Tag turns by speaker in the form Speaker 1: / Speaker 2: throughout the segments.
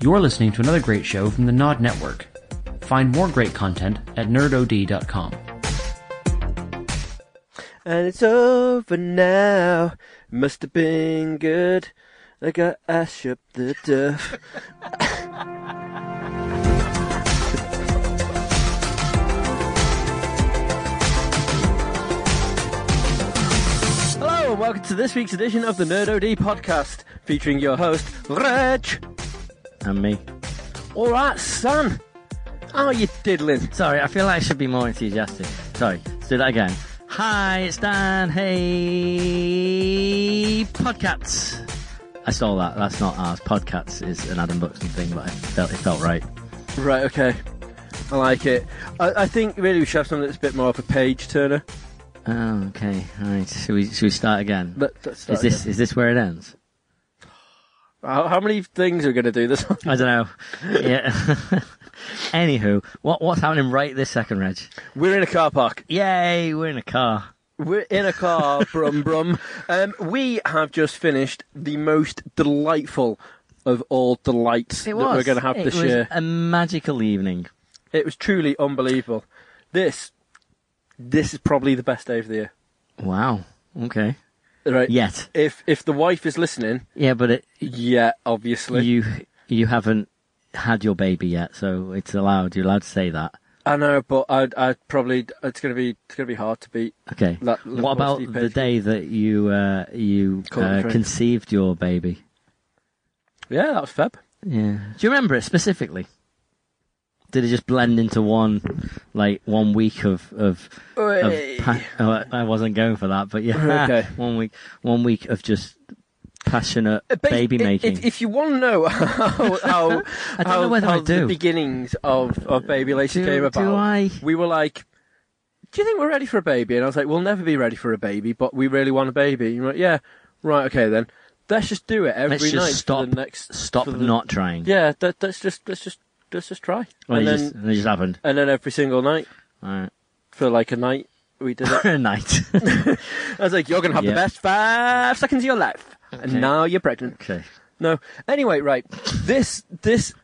Speaker 1: You're listening to another great show from the Nod Network. Find more great content at nerdod.com.
Speaker 2: And it's over now. Must have been good. Like I ash up the duff. Hello and welcome to this week's edition of the Nerd OD podcast, featuring your host, Reg.
Speaker 3: And me.
Speaker 2: Alright, son. How are you diddling?
Speaker 3: Sorry, I feel like I should be more enthusiastic. Sorry, let's do that again. Hi, it's Dan. Hey, Podcats. I stole that. That's not ours. Podcats is an Adam Buxton thing, but it felt, it felt right.
Speaker 2: Right, okay. I like it. I, I think really we should have something that's a bit more of a page turner.
Speaker 3: Oh, okay. All right. Should we, should we start again?
Speaker 2: Let, let's start
Speaker 3: is this
Speaker 2: again.
Speaker 3: is this where it ends?
Speaker 2: How, how many things are going to do this? on?
Speaker 3: I don't know. Yeah. Anywho, what what's happening right this second, Reg?
Speaker 2: We're in a car park.
Speaker 3: Yay, we're in a car.
Speaker 2: We're in a car, brum brum. Um, we have just finished the most delightful of all delights that we're going to have
Speaker 3: It
Speaker 2: this
Speaker 3: was
Speaker 2: year.
Speaker 3: A magical evening.
Speaker 2: It was truly unbelievable. This, this is probably the best day of the year.
Speaker 3: Wow. Okay.
Speaker 2: Right?
Speaker 3: Yet.
Speaker 2: If if the wife is listening,
Speaker 3: Yeah, but it,
Speaker 2: yeah, obviously.
Speaker 3: you you haven't had your baby yet, so it's allowed. You're allowed to say that.
Speaker 2: I know, but I I probably it's going to be it's going to be hard to beat.
Speaker 3: Okay.
Speaker 2: That-
Speaker 3: what about
Speaker 2: Steve
Speaker 3: the
Speaker 2: Page-
Speaker 3: day that you uh, you
Speaker 2: Call it
Speaker 3: uh,
Speaker 2: trade.
Speaker 3: conceived your baby?
Speaker 2: Yeah, that was Feb.
Speaker 3: Yeah. Do you remember it specifically? Did it just blend into one, like one week of of?
Speaker 2: Oi.
Speaker 3: of pa- oh, I- I wasn't going for that, but yeah,
Speaker 2: Okay.
Speaker 3: one week, one week of just passionate
Speaker 2: Bas-
Speaker 3: baby
Speaker 2: i- Uh, if-
Speaker 3: making.
Speaker 2: If, you want to know how, how,
Speaker 3: I don't
Speaker 2: how,
Speaker 3: know whether
Speaker 2: how
Speaker 3: I do.
Speaker 2: the beginnings of, of baby later
Speaker 3: Do-
Speaker 2: came
Speaker 3: do
Speaker 2: about,
Speaker 3: I?
Speaker 2: we were like, "Do you think we're ready for a baby?" And I was like, "We'll never be ready for a baby, but we really want a baby." And you like, "Yeah, right, okay then. Let's just do it every
Speaker 3: Let's just
Speaker 2: night
Speaker 3: stop.
Speaker 2: for the next
Speaker 3: stop
Speaker 2: for the-
Speaker 3: not trying.
Speaker 2: Yeah, that, let's just let's just let's just try,
Speaker 3: Well,
Speaker 2: and
Speaker 3: it
Speaker 2: then
Speaker 3: just, it just happened.
Speaker 2: and then every single night
Speaker 3: All right.
Speaker 2: for like a night we did it.
Speaker 3: a night.
Speaker 2: I was like, "You're gonna have the
Speaker 3: Yeah.
Speaker 2: best five seconds of your life."
Speaker 3: Okay.
Speaker 2: And now you're pregnant.
Speaker 3: okay.
Speaker 2: No. Anyway, right. This this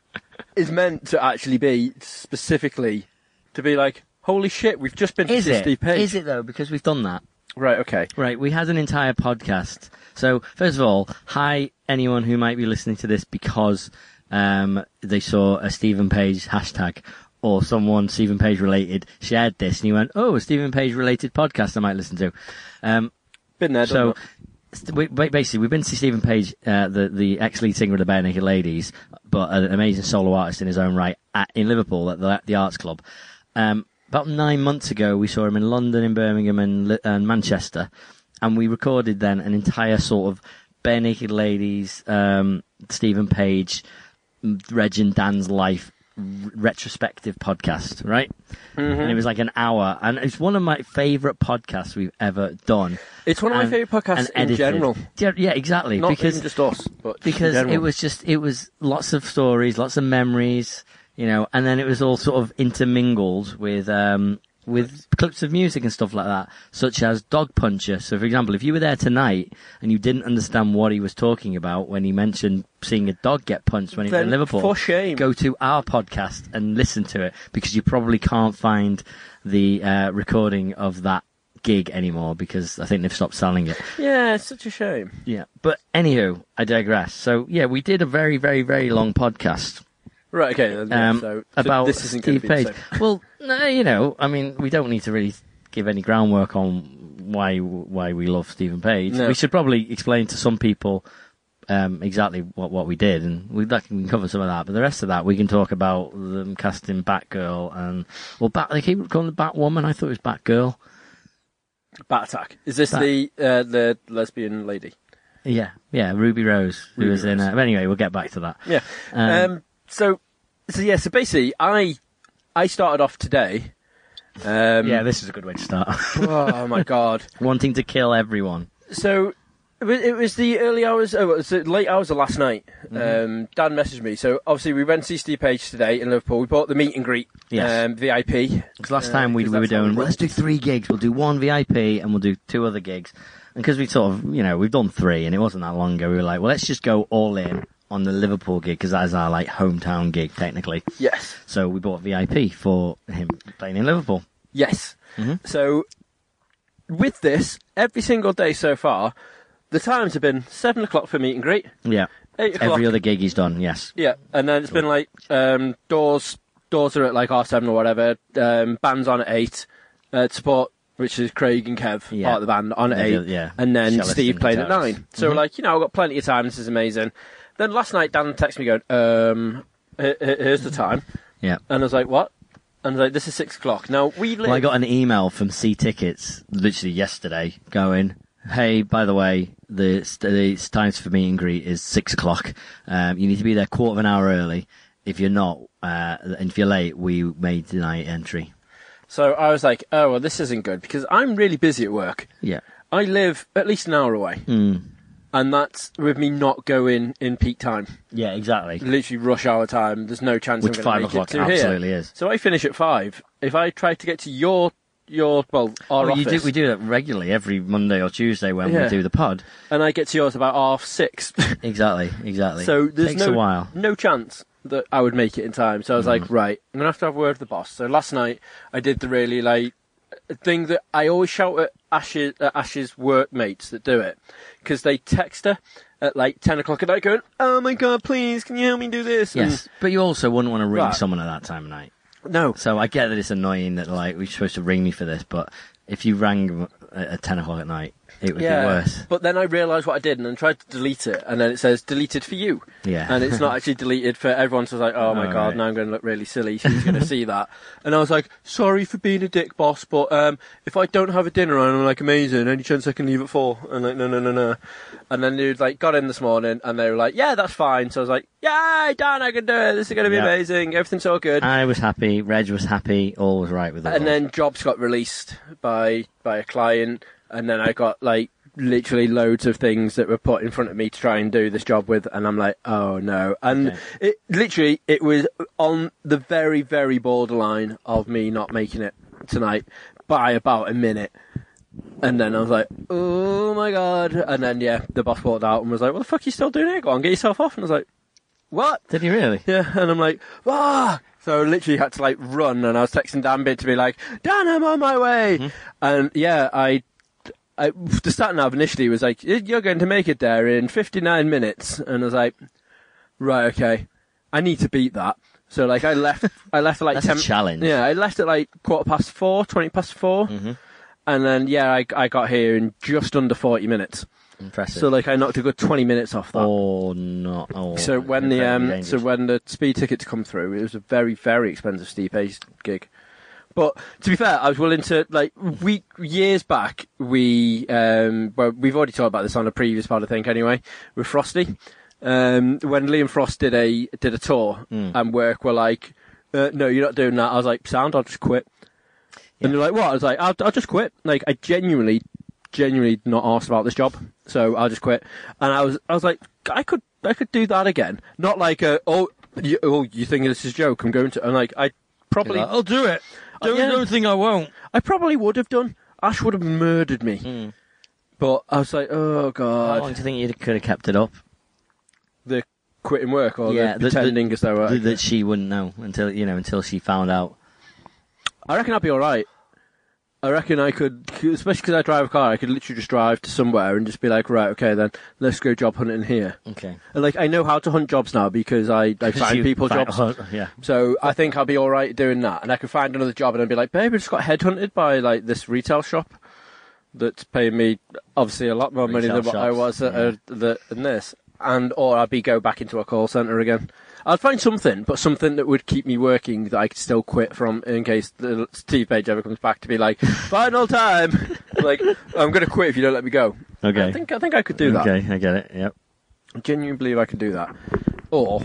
Speaker 2: is meant to actually be specifically to be like, holy shit, we've just been to
Speaker 3: Is
Speaker 2: see
Speaker 3: it?
Speaker 2: Steve Page.
Speaker 3: Is it though? Because we've done that.
Speaker 2: Right. Okay.
Speaker 3: Right, we had an entire podcast. So first of all, hi anyone who might be listening to this because um, they saw a Stephen Page hashtag or someone Stephen Page related shared this and you went, oh, a Stephen Page related podcast I might listen to. Um,
Speaker 2: Been there.
Speaker 3: so
Speaker 2: So
Speaker 3: st- we, ba- basically, we've been to see Stephen Page, uh, the the ex lead singer of the Bare Naked Ladies, but an amazing solo artist in his own right at, in Liverpool at the, at the Arts Club. Um, about nine months ago, we saw him in London, in Birmingham, and, Li- and Manchester, and we recorded then an entire sort of Bare Naked Ladies, um, Stephen Page, m- Reg and Dan's life r- retrospective podcast, right? And it was like an hour, and it's one of my favourite podcasts we've ever done
Speaker 2: it's one of my
Speaker 3: and-
Speaker 2: favorite podcasts
Speaker 3: um, and
Speaker 2: in
Speaker 3: edited.
Speaker 2: general.
Speaker 3: Yeah, yeah, exactly.
Speaker 2: Not
Speaker 3: because
Speaker 2: even just us, but in
Speaker 3: because
Speaker 2: general.
Speaker 3: it was just it was lots of stories, lots of memories, you know, and then it was all sort of intermingled with um with clips of music and stuff like that, such as Dog Puncher. So, for example, if you were there tonight and you didn't understand what he was talking about when he mentioned seeing a dog get punched when he was
Speaker 2: Then
Speaker 3: in Liverpool,
Speaker 2: for shame.
Speaker 3: go to our podcast and listen to it because you probably can't find the uh, recording of that gig anymore because I think they've stopped selling it.
Speaker 2: Yeah, it's such a shame.
Speaker 3: Yeah, but anywho, I digress. So yeah, we did a very, very, very long podcast
Speaker 2: Right. Okay. Then, yeah,
Speaker 3: um,
Speaker 2: so, so
Speaker 3: about
Speaker 2: this isn't gonna
Speaker 3: Steve
Speaker 2: be the
Speaker 3: Page. Well, no, you know, I mean, we don't need to really give any groundwork on why why we love Stephen Page.
Speaker 2: No.
Speaker 3: We should probably explain to some people um, exactly what, what we did, and we that can we can cover some of that. But the rest of that, we can talk about them casting Batgirl and well, Bat. They keep calling it Batwoman. I thought it was Batgirl.
Speaker 2: same. Bat Attack. Is this
Speaker 3: Bat-
Speaker 2: the uh, the lesbian lady?
Speaker 3: Yeah, yeah, Ruby Rose, who
Speaker 2: Ruby
Speaker 3: was in.
Speaker 2: Rose.
Speaker 3: Uh, but anyway, we'll get back to that.
Speaker 2: Yeah. Um,
Speaker 3: Um,
Speaker 2: So so yeah. So basically, I I started off today. Um,
Speaker 3: yeah, this is a good way to start.
Speaker 2: oh my god.
Speaker 3: wanting to kill everyone.
Speaker 2: So it wa- it was the early hours, oh, it was the late hours of last night.
Speaker 3: Mm-hmm.
Speaker 2: Um, Dan messaged me. So obviously we went to see Steve Page today in Liverpool. We bought the meet and greet,
Speaker 3: Yes.
Speaker 2: um, VIP.
Speaker 3: Because last
Speaker 2: Uh,
Speaker 3: time we,
Speaker 2: 'cause
Speaker 3: we were
Speaker 2: that's how we
Speaker 3: doing,
Speaker 2: roll.
Speaker 3: let's do three gigs. We'll do one VIP and we'll do two other gigs. And because we sort of, you know, we've done three and it wasn't that long ago, we were like, well, let's just go all in on the Liverpool gig because that is our like hometown gig technically.
Speaker 2: Yes.
Speaker 3: So we bought VIP for him playing in Liverpool.
Speaker 2: Yes.
Speaker 3: Mm-hmm.
Speaker 2: So, with this, every single day so far, the times have been 7 o'clock for meet and greet,
Speaker 3: Yeah.
Speaker 2: 8 o'clock.
Speaker 3: Every other gig he's done, yes.
Speaker 2: Yeah, and then it's been like um, doors doors are at like half 7 or whatever, um, band's on at 8, uh, support, which is Craig and Kev,
Speaker 3: Yeah.
Speaker 2: part of the band, on at
Speaker 3: Yeah,
Speaker 2: 8,
Speaker 3: yeah. Mm-hmm.
Speaker 2: and then
Speaker 3: Cellist
Speaker 2: Steve
Speaker 3: and
Speaker 2: played at
Speaker 3: guitarist.
Speaker 2: 9. So we're like, you know, I've got plenty of time, this is amazing. Then last night, Dan texted me going, um, he- he- here's the time.
Speaker 3: Yeah.
Speaker 2: And I was like, what? And I was like, this is 6 o'clock. Now, we live...
Speaker 3: Well, I got an email from C Tickets literally yesterday going, "Hey, by the way, the, st- the times for meet and greet is six o'clock. Um, you need to be there quarter of an hour early. If you're not, uh, and if you're late, we may deny entry."
Speaker 2: So I was like, oh, well, this isn't good because I'm really busy at work.
Speaker 3: Yeah,
Speaker 2: I live at least an hour away.
Speaker 3: Hmm.
Speaker 2: And that's with me not going in peak time,
Speaker 3: yeah, exactly.
Speaker 2: literally rush hour time. There's no chance
Speaker 3: Which
Speaker 2: I'm
Speaker 3: five
Speaker 2: going to make
Speaker 3: o'clock
Speaker 2: it to here.
Speaker 3: absolutely is.
Speaker 2: So I finish at five. If I try to get to your your well our
Speaker 3: Well, you
Speaker 2: office,
Speaker 3: do, we do that regularly every Monday or Tuesday when
Speaker 2: Yeah.
Speaker 3: we do the pod.
Speaker 2: and I get to yours about half six,
Speaker 3: Exactly, exactly.
Speaker 2: so there's
Speaker 3: takes
Speaker 2: no
Speaker 3: a while. Mm.
Speaker 2: no chance that I would make it in time. So I was like, right, I'm gonna have to have a word with the boss. So last night I did the really like thing that I always shout at Ash's, at Ash's workmates that do it because they text her at like ten o'clock at night, going, "Oh my god, please, can you help me do this?" And-
Speaker 3: Yes, but you also wouldn't want to ring
Speaker 2: Mm. Right.
Speaker 3: someone at that time of night.
Speaker 2: no.
Speaker 3: So I get that it's annoying that like we're supposed to ring me for this, but if you rang at at ten o'clock at night, it would be worse.
Speaker 2: But then I realised what I did and then tried to delete it, and then it says deleted for you.
Speaker 3: Yeah.
Speaker 2: And it's not actually deleted for everyone, so I was like, oh my
Speaker 3: Oh,
Speaker 2: god,
Speaker 3: right.
Speaker 2: now I'm going to look really silly. She's going to see that. And I was like, sorry for being a dick, boss, but um, if I don't have a dinner and I'm like, amazing, any chance I can leave at four? And like, no, no, no, no. And then dude like got in this morning and they were like, yeah, that's fine. So I was like, yay, Dan, I can do it. This is going to be
Speaker 3: Yeah.
Speaker 2: amazing. Everything's all good.
Speaker 3: I was happy. Reg was happy. All was right with it.
Speaker 2: and then jobs got released by by a client, and then I got like literally loads of things that were put in front of me to try and do this job with, and I'm like, oh no, and
Speaker 3: Okay.
Speaker 2: it literally it was on the very very borderline of me not making it tonight by about a minute. And then I was like, oh my god. And then, yeah, the boss walked out and was like, what the fuck are you still doing here? Go on, get yourself off. And I was like, what?
Speaker 3: did he really?
Speaker 2: Yeah, and I'm like, ah! So I literally had to like run, and I was texting Dan Bit to be like, Dan, I'm on my way.
Speaker 3: Mm-hmm.
Speaker 2: And yeah, I, I the sat nav initially was like, you're going to make it there in 59 minutes, and I was like, right, okay, I need to beat that. So like I left, I left at like
Speaker 3: That's a
Speaker 2: 10,
Speaker 3: challenge. Mm-hmm.
Speaker 2: Yeah, I left at like quarter past four, 20 past 4 and then yeah, I I got here in just under 40 minutes.
Speaker 3: Impressive.
Speaker 2: So like I knocked a good 20 minutes off that.
Speaker 3: or not. Or
Speaker 2: So when the
Speaker 3: incredibly
Speaker 2: um,
Speaker 3: dangerous.
Speaker 2: so when the speed tickets come through, it was a very very expensive steep pace gig. But to be fair, I was willing to like we years back we um well we've already talked about this on a previous part I think anyway with Frosty. Um, when Liam Frost did a did a tour and work were like, uh, no, you're not doing that. I was like, sound, I'll just quit. And they're like, what? I was like, I'll, I'll just quit. Like, I genuinely, genuinely not asked about this job, so I'll just quit. And I was, I was like, I could, I could do that again. Not like, uh, oh, you, oh, you think this is a joke? I'm going to. And like, I
Speaker 3: You're
Speaker 2: probably,
Speaker 3: like, "Oh." I'll do it. Don't,
Speaker 2: Oh, yeah.
Speaker 3: don't think I won't.
Speaker 2: I probably would have done. Ash would have murdered me. But I was like, oh
Speaker 3: Hmm. How
Speaker 2: god,
Speaker 3: long do you think you could have kept it up?
Speaker 2: the quitting work or
Speaker 3: Yeah,
Speaker 2: the
Speaker 3: the- the-
Speaker 2: pretending as though I,
Speaker 3: Th- That she wouldn't know until you know until she found out.
Speaker 2: I reckon I'd be all right. I reckon I could, especially because I drive a car, I could literally just drive to somewhere and just be like, right, okay, then let's go job hunting here.
Speaker 3: Okay.
Speaker 2: Like I know how to hunt jobs now because I, I find
Speaker 3: You
Speaker 2: people
Speaker 3: found-
Speaker 2: jobs.
Speaker 3: yeah.
Speaker 2: So I think I'll be all right doing that, and I can find another job, and I'll be like, babe, I just got headhunted by like this retail shop that's paying me obviously a lot more money
Speaker 3: Retail
Speaker 2: than what I
Speaker 3: shops,
Speaker 2: was at uh, the, in this, and or I'll be go back into a call center again. I'd find something, but something that would keep me working that I could still quit from in case the Steve Page ever comes back to be like, final time, like I'm gonna quit if you don't let me go.
Speaker 3: Okay.
Speaker 2: I think I think I could do that.
Speaker 3: Okay, I get it. Yep.
Speaker 2: I genuinely believe I can do that. Or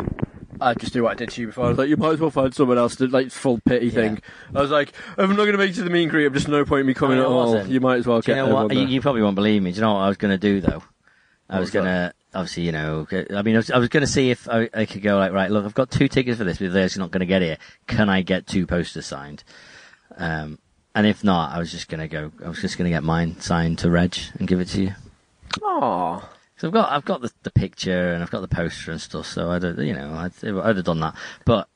Speaker 2: I just do what I did to you before. I was like, you might as well find someone else to like full pity thing. I was like, I'm not going to make it to the mean creep. There's no point in me coming
Speaker 3: I
Speaker 2: at all.
Speaker 3: wasn't.
Speaker 2: You might as well
Speaker 3: Do
Speaker 2: get
Speaker 3: you know what? You,
Speaker 2: everyone
Speaker 3: you probably won't believe me. Do you know what I was going to do though? I
Speaker 2: What
Speaker 3: was
Speaker 2: was that?
Speaker 3: going to obviously, you know, g- I mean, I was, I was going to see if I, I could go like, right, look, I've got two tickets for this, but they're just not going to get here. Can I get two posters signed? Um, and if not, I was just going to go. I was just going to get mine signed to Reg and give it to you.
Speaker 2: there. Aw.
Speaker 3: So I've got I've got the, the picture and I've got the poster and stuff. So I don't, you know, I'd, I'd have done that. But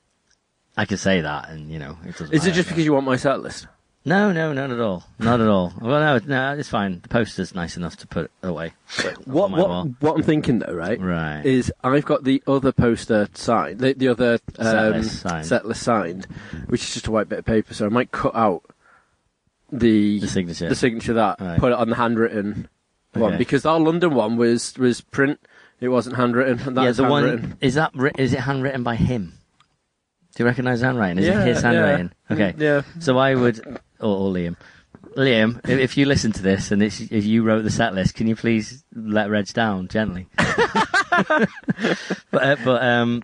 Speaker 3: I can say that, and you know, it doesn't.
Speaker 2: Is it
Speaker 3: matter,
Speaker 2: just
Speaker 3: so.
Speaker 2: because you want my set list?
Speaker 3: No, no, not at all. Not at all. Well, no, no, it's fine. The poster's nice enough to put away. Put
Speaker 2: What
Speaker 3: on my
Speaker 2: what
Speaker 3: wall.
Speaker 2: what I'm thinking though, right?
Speaker 3: Right.
Speaker 2: Is I've got the other poster signed, the, the other
Speaker 3: Set
Speaker 2: um,
Speaker 3: list signed.
Speaker 2: set list signed, which is just a white bit of paper. So I might cut out the
Speaker 3: The signature.
Speaker 2: the signature that
Speaker 3: Right.
Speaker 2: put it on the handwritten one
Speaker 3: Okay.
Speaker 2: because our London one was was print. It wasn't handwritten. And that
Speaker 3: yeah,
Speaker 2: is
Speaker 3: the
Speaker 2: handwritten.
Speaker 3: one is that writ- is it handwritten by him? Do you recognise handwriting? Is
Speaker 2: Yeah,
Speaker 3: it his
Speaker 2: yeah.
Speaker 3: handwriting? Okay.
Speaker 2: Mm, yeah.
Speaker 3: So I would, or, or Liam, Liam, if, if you listen to this and it's, if you wrote the set list, can you please let Reg down gently? but uh, but um,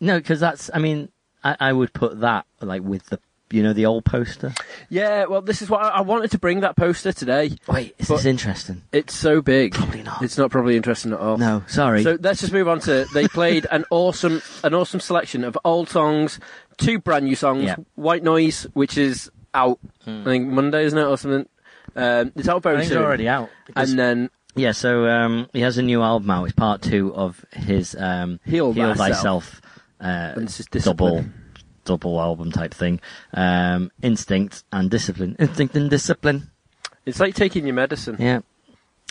Speaker 3: no, because that's I mean I, I would put that like with the you know the old poster.
Speaker 2: Yeah, well, this is what I, I wanted to bring that poster today.
Speaker 3: Wait, is this
Speaker 2: But-
Speaker 3: interesting?
Speaker 2: It's so big.
Speaker 3: Probably not.
Speaker 2: It's not probably interesting at all.
Speaker 3: No, sorry.
Speaker 2: So let's just move on to they played an awesome an awesome selection of old songs, two brand new songs,
Speaker 3: Yeah. Hmm.
Speaker 2: White Noise, which is out I think Monday, isn't it, or something? Um, it's out very
Speaker 3: I think it's
Speaker 2: soon.
Speaker 3: already out.
Speaker 2: And uh, then
Speaker 3: Yeah, so um, he has a new album out. It's part two of his um,
Speaker 2: Heal
Speaker 3: Thyself,
Speaker 2: Thyself.
Speaker 3: uh,
Speaker 2: And it's just
Speaker 3: double
Speaker 2: Discipline.
Speaker 3: double album type thing. Um, Instinct and Discipline. Instinct and Discipline.
Speaker 2: it's like taking your medicine.
Speaker 3: Yeah,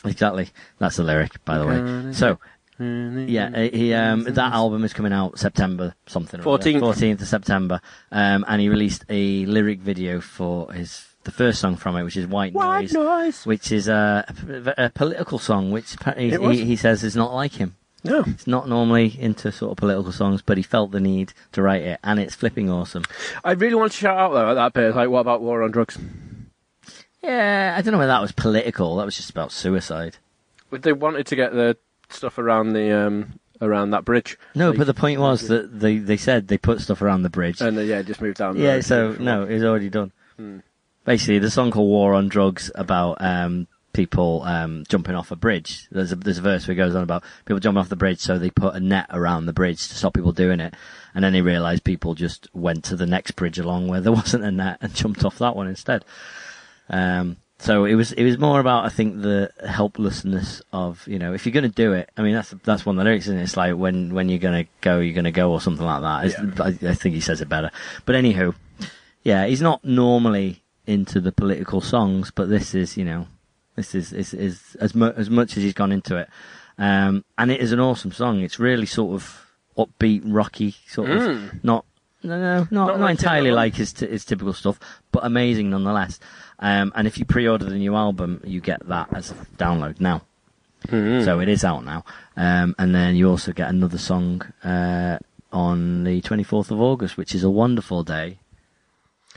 Speaker 3: exactly. That's the lyric, by the way. So
Speaker 2: Mm-hmm.
Speaker 3: yeah, uh, he um, that album is coming out September something.
Speaker 2: 14th.
Speaker 3: fourteenth of September, um, and he released a lyric video for his the first song from it, which is White
Speaker 2: White Noise.
Speaker 3: which is a, a, a political song, which appa- he,
Speaker 2: It was.
Speaker 3: he, he says is not like him.
Speaker 2: No.
Speaker 3: He's not normally into sort of political songs, but he felt the need to write it, and it's flipping awesome.
Speaker 2: I really want to shout out though at that bit, like what about war on drugs?
Speaker 3: Yeah, I don't know whether that was political. That was just about suicide.
Speaker 2: They wanted to get the stuff around the um around that bridge.
Speaker 3: No,
Speaker 2: Like-
Speaker 3: but the point was that they, they said they put stuff around the bridge.
Speaker 2: and uh, yeah, just moved down. the
Speaker 3: yeah,
Speaker 2: road.
Speaker 3: so no, it was already done. Basically, the song called "War on Drugs" about um, people um, jumping off a bridge. There's a, there's a verse where it goes on about people jumping off the bridge, so they put a net around the bridge to stop people doing it. And then they realised people just went to the next bridge along where there wasn't a net and jumped off that one instead. Um, so it was it was more about I think the helplessness of you know if you're going to do it I mean that's that's one of the lyrics and it's like when when you're going to go you're going to go or something like that It's- I, I think he says it better but anywho yeah he's not normally into the political songs but this is you know this is is, is as mu- as much as he's gone into it um, and it is an awesome song it's really sort of upbeat rocky sort of not no no not not,
Speaker 2: Not like the
Speaker 3: entirely
Speaker 2: other
Speaker 3: like his, t- his typical stuff, but amazing nonetheless. Um, and if you pre-order the new album, you get that as a download now.
Speaker 2: Mm-hmm.
Speaker 3: So it is out now. Um, and then you also get another song uh, on the 24th of August, which is a wonderful day.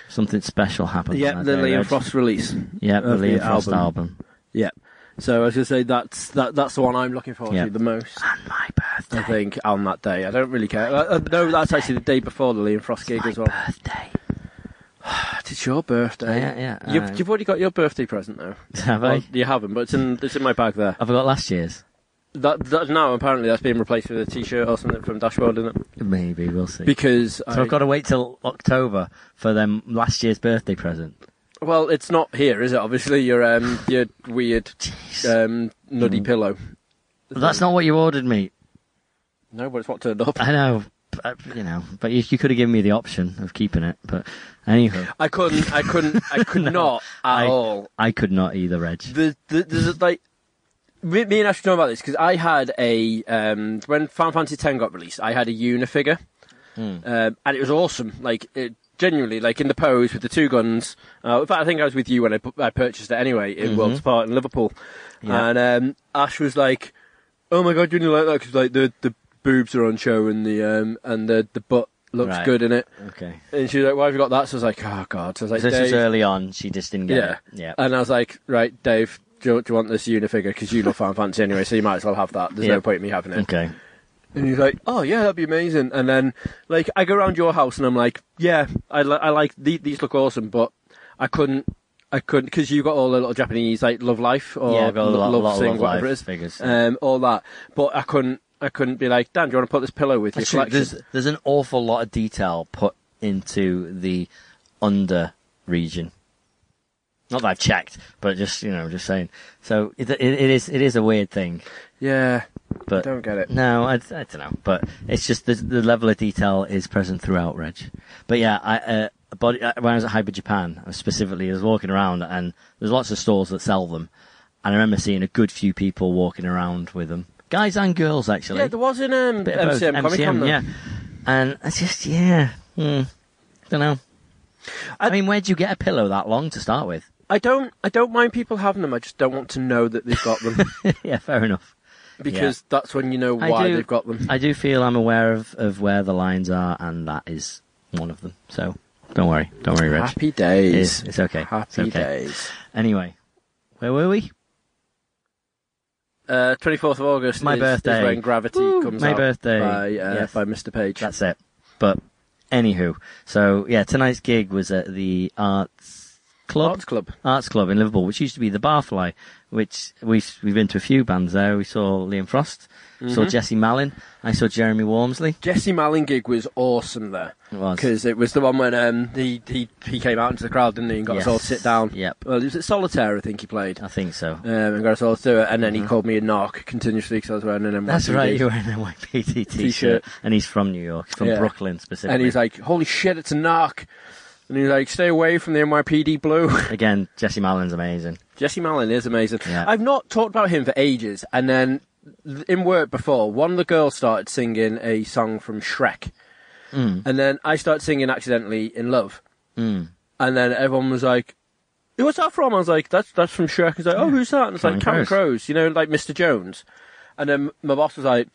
Speaker 3: Something special happened.
Speaker 2: yeah,
Speaker 3: on that
Speaker 2: the
Speaker 3: day,
Speaker 2: Liam
Speaker 3: Reg.
Speaker 2: Frost release.
Speaker 3: Yeah, the
Speaker 2: of the
Speaker 3: Liam Frost
Speaker 2: album.
Speaker 3: album.
Speaker 2: Yeah. So I was gonna say that's that that's the one I'm looking forward
Speaker 3: Yeah.
Speaker 2: to the most.
Speaker 3: And my birthday.
Speaker 2: I think on that day. I don't really care. Uh, uh, no, that's actually the day before the Liam Frost gig
Speaker 3: my
Speaker 2: as well.
Speaker 3: birthday.
Speaker 2: It's your birthday.
Speaker 3: Yeah, yeah,
Speaker 2: You've,
Speaker 3: uh,
Speaker 2: you've already got your birthday present though.
Speaker 3: Have I?
Speaker 2: Well, you haven't, but it's in it's in my bag there.
Speaker 3: Have I got last year's?
Speaker 2: That, that now apparently that's being replaced with a T-shirt or something from Dashboard, isn't it?
Speaker 3: Maybe we'll see.
Speaker 2: Because
Speaker 3: so
Speaker 2: I,
Speaker 3: I've got to wait till October for them last year's birthday present.
Speaker 2: well, it's not here, is it? Obviously, your um your weird um nutty pillow.
Speaker 3: Hmm. That's not what you ordered, mate.
Speaker 2: No, but it's what turned up.
Speaker 3: I know, but, uh, you know, but you, you could have given me the option of keeping it. But anyhow,
Speaker 2: I couldn't. I couldn't. I could not at
Speaker 3: I,
Speaker 2: all.
Speaker 3: I could not either, Reg.
Speaker 2: The, the, there's like me, me and Ash were talking about this because I had a um, when Final Fantasy X got released, I had a Unifigure,
Speaker 3: Hmm.
Speaker 2: um, and it was awesome. Like it, genuinely, like in the pose with the two guns. Uh, in fact, I think I was with you when I, pu- I purchased it anyway in World's Park in Liverpool,
Speaker 3: Mm-hmm. Yeah.
Speaker 2: and um, Ash was like, "Oh my god, you didn't like that because like the the boobs are on show and the um, and the the butt looks
Speaker 3: Right.
Speaker 2: good in it."
Speaker 3: Okay,
Speaker 2: And she was like, "Why have you got that?" So I was like, "Oh god." So I was like,
Speaker 3: this was
Speaker 2: "Dave,
Speaker 3: early on. She just didn't get
Speaker 2: yeah.
Speaker 3: it. Yeah,
Speaker 2: And I was like, right, Dave, do you, do you want this unifigure? Because you love Final Fantasy anyway, so you might as well have that. There's
Speaker 3: Yeah.
Speaker 2: no point in me having it.
Speaker 3: okay.
Speaker 2: And he's like, oh, yeah, that'd be amazing. And then, like, I go around your house and I'm like, yeah, I, li- I like, the- these look awesome, but I couldn't, I couldn't, because you got all the little Japanese, like, Love Life or
Speaker 3: Yeah, I've got a
Speaker 2: Lo-
Speaker 3: lot-
Speaker 2: Love
Speaker 3: lot of
Speaker 2: Sing,
Speaker 3: Love
Speaker 2: whatever
Speaker 3: Live
Speaker 2: it is,
Speaker 3: figures.
Speaker 2: um, all that. But I couldn't, I couldn't be like, Dan, do you want to put this pillow with your
Speaker 3: That's true.
Speaker 2: collection?
Speaker 3: There's there's an awful lot of detail put into the under region. Not that I've checked, but just you know, just saying. So it, it, it is it is a weird thing,
Speaker 2: Yeah,
Speaker 3: but
Speaker 2: don't get it.
Speaker 3: no, I, I don't know. But it's just the, the level of detail is present throughout, Reg. But yeah, I uh, a body, uh, when I was at Hyper Japan I was specifically, I was walking around and there's lots of stores that sell them, and I remember seeing a good few people walking around with them, guys and girls actually.
Speaker 2: Yeah, there was an um,
Speaker 3: Bit of both.
Speaker 2: MCM, Comic Con.
Speaker 3: MCM,
Speaker 2: though.
Speaker 3: yeah. And it's just yeah, hmm. don't know. I,
Speaker 2: I-
Speaker 3: mean, where'd you get a pillow that long to start with?
Speaker 2: I don't. I don't mind people having them. I just don't want to know that they've got them
Speaker 3: yeah, fair enough.
Speaker 2: because that's when you know
Speaker 3: I
Speaker 2: why
Speaker 3: do-
Speaker 2: they've got them.
Speaker 3: I do feel I'm aware of, of where the lines are, and that is one of them. So don't worry, don't worry, Reg.
Speaker 2: Happy
Speaker 3: It
Speaker 2: days.
Speaker 3: is. It's okay. It's
Speaker 2: Happy
Speaker 3: okay.
Speaker 2: days.
Speaker 3: Anyway, where were we?
Speaker 2: Uh, 24th of August
Speaker 3: My
Speaker 2: is,
Speaker 3: birthday.
Speaker 2: is when Gravity
Speaker 3: Woo,
Speaker 2: comes
Speaker 3: my
Speaker 2: out
Speaker 3: birthday.
Speaker 2: by, uh,
Speaker 3: Yes.
Speaker 2: by Mr. Page.
Speaker 3: That's it. But anywho, so yeah, tonight's gig was at the Arts Club.
Speaker 2: Arts Club.
Speaker 3: Arts Club in Liverpool, which used to be the Barfly, which we've we've been to a few bands there. We saw Liam Frost,
Speaker 2: Mm-hmm.
Speaker 3: saw Jesse Malin, I saw Jeremy Wormsley.
Speaker 2: Jesse Malin gig was awesome there
Speaker 3: It was.
Speaker 2: because it was the one when um, he, he he came out into the crowd, didn't he, and got
Speaker 3: Yes.
Speaker 2: us all to sit down.
Speaker 3: Yep.
Speaker 2: Well, it was at Solitaire, I think he played,
Speaker 3: I think so.
Speaker 2: um, and got us all to do it. And then he called me a knock continuously because I was wearing an NYPD.
Speaker 3: Mm-hmm. That's right. You're wearing a YPT t-shirt,
Speaker 2: T-shirt.
Speaker 3: and he's from New York, he's from
Speaker 2: Yeah.
Speaker 3: Brooklyn specifically.
Speaker 2: And he's like, "Holy shit, it's a knock!" And he's like, "Stay away from the NYPD blue."
Speaker 3: again, Jesse Malin's amazing.
Speaker 2: Jesse Malin is amazing.
Speaker 3: Yeah.
Speaker 2: I've not talked about him for ages, and then in work before, one of the girls started singing a song from Shrek, and then I started singing accidentally in love, hmm.
Speaker 3: Mm.
Speaker 2: and then everyone was like, "Hey, "What's that from?" I was like, "That's that's from Shrek." He's like, "Oh, who's that?" And it's like
Speaker 3: Counting
Speaker 2: Count Crows, you know, like Mr. Jones, and then my boss was like.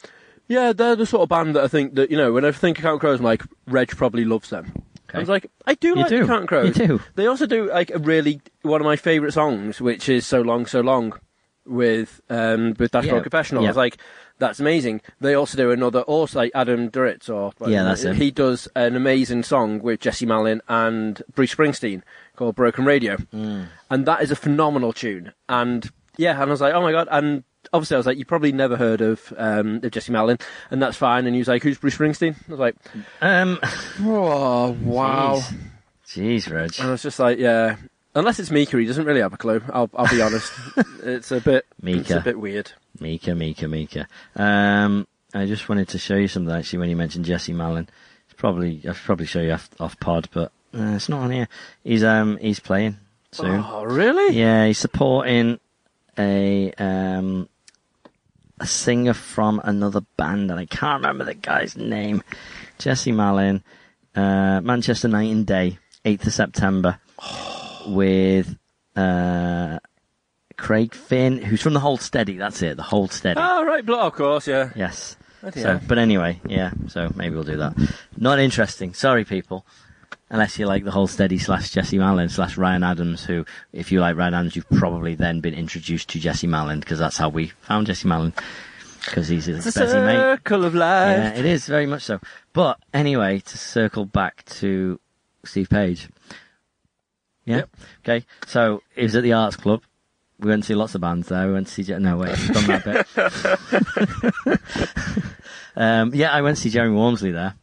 Speaker 2: Yeah, they're the sort of band that I think that you know. When I think of Count Crows, I'm like Reg probably loves them.
Speaker 3: Okay.
Speaker 2: I was like, I do
Speaker 3: You
Speaker 2: like the
Speaker 3: do.
Speaker 2: Count Crows.
Speaker 3: You do.
Speaker 2: They also do like a really one of my favourite songs, which is "So Long, So Long," with um with Dashboard
Speaker 3: Yeah.
Speaker 2: Confessional.
Speaker 3: Yeah.
Speaker 2: I was like, that's amazing. They also do another, also like Adam Duritz or
Speaker 3: Yeah, that's him.
Speaker 2: he does an amazing song with Jesse Malin and Bruce Springsteen called "Broken Radio,"
Speaker 3: Mm.
Speaker 2: and that is a phenomenal tune. And yeah, and I was like, oh my god, and. Obviously, I was like, you probably never heard of, um, of Jesse Malin, and that's fine. And he was like, "Who's Bruce Springsteen?" I was like,
Speaker 3: Um,
Speaker 2: "Oh wow!"
Speaker 3: jeez. jeez, Reg.
Speaker 2: And I was just like, yeah. Unless it's Mika, he doesn't really have a clue. I'll, I'll be honest. it's a bit, it's
Speaker 3: Mika.
Speaker 2: a bit weird.
Speaker 3: Mika, Mika, Mika. Um, I just wanted to show you something actually when you mentioned Jesse Malin. It's probably I should probably show you off, off pod, but uh, it's not on here. He's um he's playing soon.
Speaker 2: Oh, really?
Speaker 3: Yeah, he's supporting a um a singer from another band, and I can't remember the guy's name. Jesse Malin, uh, Manchester Night and Day, eighth of September, with uh, Craig Finn, who's from the Hold Steady. That's it, the Hold Steady.
Speaker 2: Ah, right, blo- of course, yeah.
Speaker 3: Yes.
Speaker 2: Bloody
Speaker 3: So,
Speaker 2: hell.
Speaker 3: but anyway, yeah. So maybe we'll do that. Not interesting. Sorry, people. Unless you like the whole steady slash Jesse Malin slash Ryan Adams, who, if you like Ryan Adams, you've probably then been introduced to Jesse Malin because that's how we found Jesse Malin because he's his
Speaker 2: It's a
Speaker 3: Bessie mate.
Speaker 2: circle of life.
Speaker 3: Yeah, it is very much so. But anyway, to circle back to Steve Page. Yeah.
Speaker 2: Yep.
Speaker 3: Okay. So it was at the Arts Club. We went to see lots of bands there. We went to see. Je- No, wait, I've done that bit. um, yeah, I went to see Jeremy Wormsley there.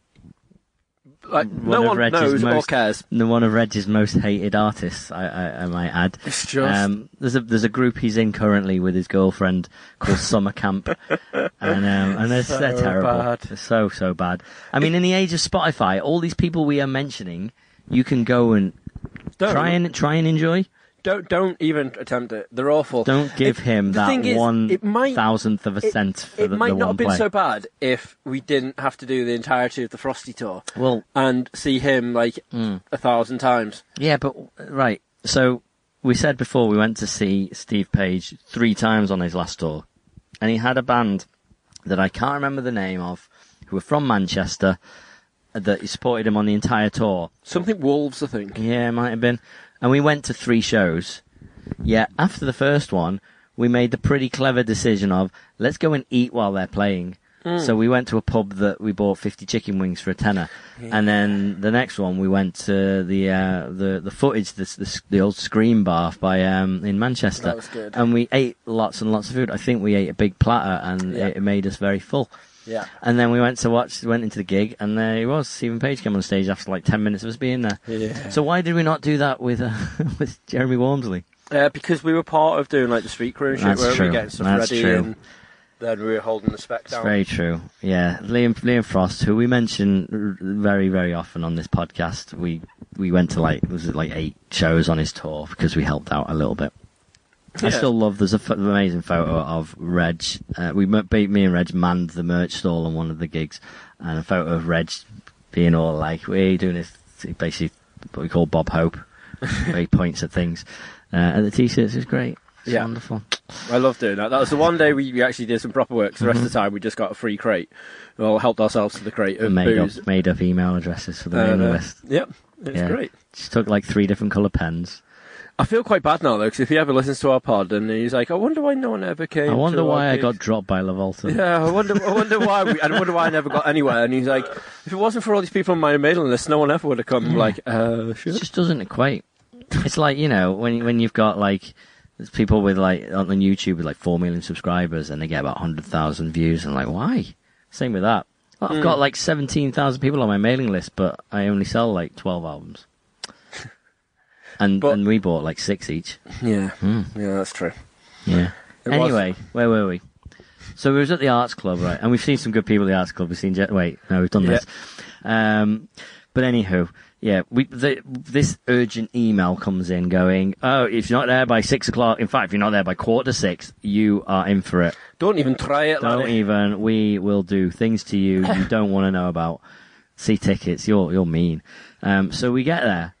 Speaker 2: Like, no
Speaker 3: of
Speaker 2: one
Speaker 3: Reg's
Speaker 2: knows or
Speaker 3: most-
Speaker 2: cares.
Speaker 3: The one of Reg's most hated artists, I, I, I might add.
Speaker 2: It's just-
Speaker 3: um, there's a there's a group he's in currently with his girlfriend called Summer Camp, and um, and they're,
Speaker 2: So
Speaker 3: they're terrible.
Speaker 2: bad.
Speaker 3: They're so so bad. I mean, in the age of Spotify, all these people we are mentioning, you can go and
Speaker 2: Don't,
Speaker 3: try and try and enjoy.
Speaker 2: don't, don't even attempt it. They're awful.
Speaker 3: Don't give
Speaker 2: It-
Speaker 3: him
Speaker 2: the
Speaker 3: that
Speaker 2: thing is,
Speaker 3: one
Speaker 2: it might-
Speaker 3: thousandth of a
Speaker 2: It,
Speaker 3: cent for
Speaker 2: it
Speaker 3: the,
Speaker 2: might
Speaker 3: the
Speaker 2: not
Speaker 3: one
Speaker 2: have been
Speaker 3: play.
Speaker 2: so bad if we didn't have to do the entirety of the Frosty tour
Speaker 3: Well,
Speaker 2: and see him like
Speaker 3: Mm.
Speaker 2: a thousand times.
Speaker 3: Yeah, but right. So we said before we went to see Steve Page three times on his last tour, and he had a band that I can't remember the name of, who were from Manchester, that he supported him on the entire tour.
Speaker 2: Something wolves, I think.
Speaker 3: Yeah, it might have been. And we went to three shows. Yeah, after the first one, we made the pretty clever decision of let's go and eat while they're playing.
Speaker 2: Hmm.
Speaker 3: So we went to a pub that we bought fifty chicken wings for a tenner, and then the next one we went to the uh, the the footage the, the the old Scream Bar by um in Manchester,
Speaker 2: That was good.
Speaker 3: and we ate lots and lots of food. I think we ate a big platter, and
Speaker 2: Yeah.
Speaker 3: it made us very full.
Speaker 2: Yeah.
Speaker 3: And then we went to watch, went into the gig, and there he was. Stephen Page came on stage after like ten minutes of us being there.
Speaker 2: Yeah.
Speaker 3: So why did we not do that with uh, with Jeremy Wormsley?
Speaker 2: Uh, because we were part of doing like the street crew and shit,
Speaker 3: That's
Speaker 2: weren't
Speaker 3: true.
Speaker 2: we? Getting stuff
Speaker 3: That's
Speaker 2: ready
Speaker 3: true.
Speaker 2: and then we were holding the spec
Speaker 3: It's
Speaker 2: down.
Speaker 3: very true. Yeah, Liam Liam Frost, who we mention r- very very often on this podcast, we we went to like was it like eight shows on his tour because we helped out a little bit. I
Speaker 2: Yeah.
Speaker 3: still love. There's a f- an amazing photo of Reg. Uh, we m- me me and Reg manned the merch stall on one of the gigs, and a photo of Reg being all like, "We're doing this." Basically, what we call Bob Hope. where he points at things, uh, and the t-shirts is great. It's
Speaker 2: Yeah.
Speaker 3: wonderful.
Speaker 2: I love doing that. That was the one day we, we actually did some proper work. 'cause The rest of
Speaker 3: Mm-hmm.
Speaker 2: the time we just got a free crate. We all helped ourselves to the crate of
Speaker 3: Made
Speaker 2: booze.
Speaker 3: up, made up email addresses for the
Speaker 2: And,
Speaker 3: mailing
Speaker 2: uh,
Speaker 3: list.
Speaker 2: Yep, it's
Speaker 3: Yeah.
Speaker 2: great.
Speaker 3: She took like three different colour pens.
Speaker 2: I feel quite bad now though, because if he ever listens to our pod and he's like, "I wonder why no one ever came."
Speaker 3: I wonder
Speaker 2: to our
Speaker 3: why I
Speaker 2: gigs."
Speaker 3: got dropped by Lavolta.
Speaker 2: Yeah, I wonder. I wonder why. We, I wonder why I never got anywhere. And he's like, "If it wasn't for all these people on my mailing list, no one ever would have come." I'm Like, uh,
Speaker 3: It
Speaker 2: shit.
Speaker 3: Mm. just doesn't equate. It's like you know when when you've got like there's people with like on on YouTube with like four million subscribers and they get about hundred thousand views and like why? Same with that. Well, I've
Speaker 2: Hmm.
Speaker 3: got like seventeen thousand people on my mailing list, but I only sell like twelve albums. And
Speaker 2: But-
Speaker 3: and we bought like six each.
Speaker 2: Yeah,
Speaker 3: mm.
Speaker 2: yeah, that's true.
Speaker 3: Yeah.
Speaker 2: It was-
Speaker 3: anyway, where were we? So we was at the Arts Club, right? And we've seen some good people at the Arts Club. We've seen Jet. Wait, no, we've done
Speaker 2: Yeah.
Speaker 3: this. Um, but anywho, yeah, we the, this urgent email comes in going, oh, if you're not there by six o'clock, in fact, if you're not there by quarter to six, you are in for it.
Speaker 2: Don't even try it.
Speaker 3: Don't
Speaker 2: laddie.
Speaker 3: even. We will do things to you you don't want to know about. See tickets. You're you're mean. Um, so we get there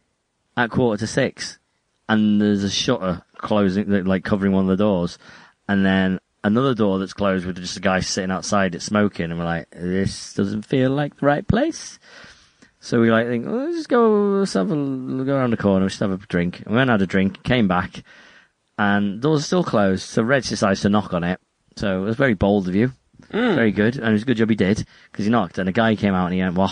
Speaker 3: at quarter to six, and there's a shutter closing, that, like covering one of the doors, and then another door that's closed with just a guy sitting outside it smoking, and we're like, this doesn't feel like the right place. So we like think, well, let's just go, let's have a go around the corner, just have a drink. And we went and had a drink, came back, and doors are still closed. So Reg decides to knock on it. So it was very bold of you,
Speaker 2: Mm.
Speaker 3: very good, and it was a good job he did because he knocked, and a guy came out and he went, "Whoa."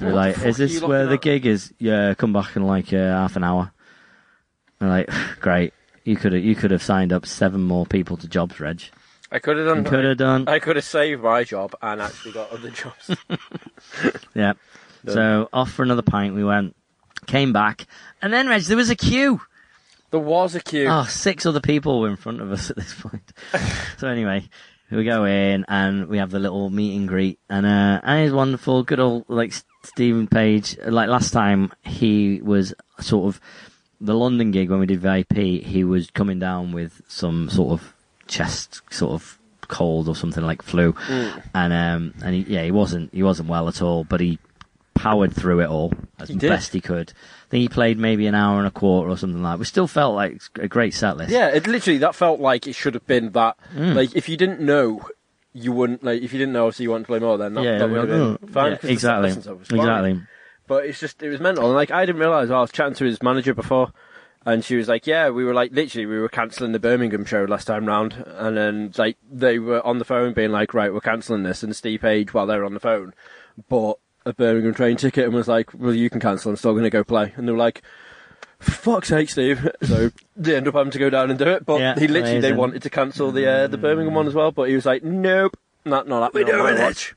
Speaker 3: We We're
Speaker 2: What the
Speaker 3: like,
Speaker 2: fuck
Speaker 3: is
Speaker 2: are
Speaker 3: this
Speaker 2: you
Speaker 3: where
Speaker 2: looking
Speaker 3: the
Speaker 2: at?"
Speaker 3: gig is? Yeah, come back in like uh, half an hour. And we're like, great. You could have you could have signed up seven more people to jobs, Reg.
Speaker 2: I could have
Speaker 3: You
Speaker 2: done.
Speaker 3: could have done.
Speaker 2: I could have saved my job and actually got other jobs.
Speaker 3: Yeah. So off for another pint we went, came back, and then Reg, there was a queue.
Speaker 2: there was a queue.
Speaker 3: Oh, six other people were in front of us at this point. so anyway, we go in and we have the little meet and greet, and uh, and it's wonderful. Good old like S- Stephen Page. Like last time, he was sort of the London gig when we did VIP. He was coming down with some sort of chest sort of cold or something like flu, and um and he, yeah, he wasn't he wasn't well at all, but he powered through it all as
Speaker 2: did.
Speaker 3: best he could. I think he played maybe an hour and a quarter or something like. that. We still felt like a great set list.
Speaker 2: Yeah, it literally that felt like it should have been that.
Speaker 3: Mm.
Speaker 2: Like if you didn't know, you wouldn't like if you didn't know. Obviously, you wanted to play more. Then that,
Speaker 3: yeah,
Speaker 2: that would have been
Speaker 3: yeah,
Speaker 2: fine.
Speaker 3: yeah,
Speaker 2: 'cause the
Speaker 3: exactly,
Speaker 2: lessons I was fine.
Speaker 3: exactly.
Speaker 2: But it's just it was mental. And like I didn't realize oh, I was chatting to his manager before, and she was like, "Yeah, we were like literally we were cancelling the Birmingham show last time round." And then like they were on the phone being like, "Right, we're cancelling this." And Steve Page, while they were on the phone, bought a Birmingham train ticket and was like, "Well, you can cancel. I'm still going to go play." And they were like. "For Fuck's sake, Steve! So they end up having to go down and do it, but
Speaker 3: Yeah,
Speaker 2: he literally they
Speaker 3: amazing.
Speaker 2: wanted to cancel the uh, the Birmingham one as well, but he was like, "Nope, not not happening." on my watch."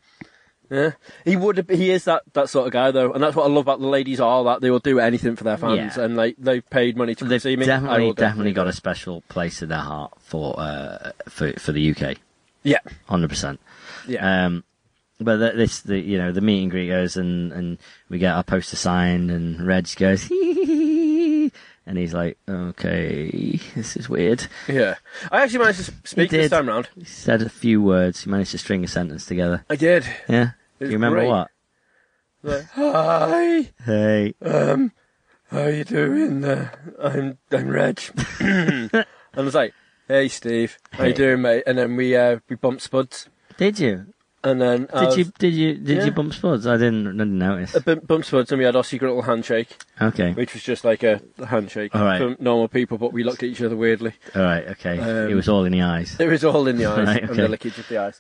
Speaker 2: Yeah, he would. have- He is that, that sort of guy though, and that's what I love about the ladies. Are that they will do anything for their fans,
Speaker 3: Yeah.
Speaker 2: and like they've paid money to come
Speaker 3: They've
Speaker 2: see me. I
Speaker 3: definitely,
Speaker 2: will
Speaker 3: definitely got a special place in their heart for uh, for for the UK,
Speaker 2: Yeah,
Speaker 3: hundred percent.
Speaker 2: yeah.
Speaker 3: Um, but the, this, the you know, the meet and greet goes, and and we get our poster signed, and Reg goes, and he's like, okay, this is weird.
Speaker 2: yeah, I actually managed to s- speak
Speaker 3: He
Speaker 2: this
Speaker 3: did.
Speaker 2: time round.
Speaker 3: He said a few words. He managed to string a sentence together.
Speaker 2: I did.
Speaker 3: Yeah. Do
Speaker 2: was
Speaker 3: you remember
Speaker 2: great.
Speaker 3: what?
Speaker 2: Like, Hi,
Speaker 3: Hey.
Speaker 2: how you doing? There? I'm I'm Reg, and I was like, Hey Steve, how you
Speaker 3: Hey.
Speaker 2: doing, mate? And then we uh, we bumped spuds,
Speaker 3: Did you?
Speaker 2: and then uh, I
Speaker 3: Did
Speaker 2: was-
Speaker 3: you? Did you? Did
Speaker 2: Yeah. Uh,
Speaker 3: you bump spots? I didn't. I didn't notice.
Speaker 2: I bum- bumped spuds, and we had our secret little handshake,
Speaker 3: Okay.
Speaker 2: which was just like a handshake
Speaker 3: All right.
Speaker 2: from normal people, but we looked at each other weirdly.
Speaker 3: All right. Okay.
Speaker 2: Um,
Speaker 3: it was all in the eyes.
Speaker 2: It was all in the eyes
Speaker 3: Right,
Speaker 2: and
Speaker 3: okay.
Speaker 2: the lickage of the eyes.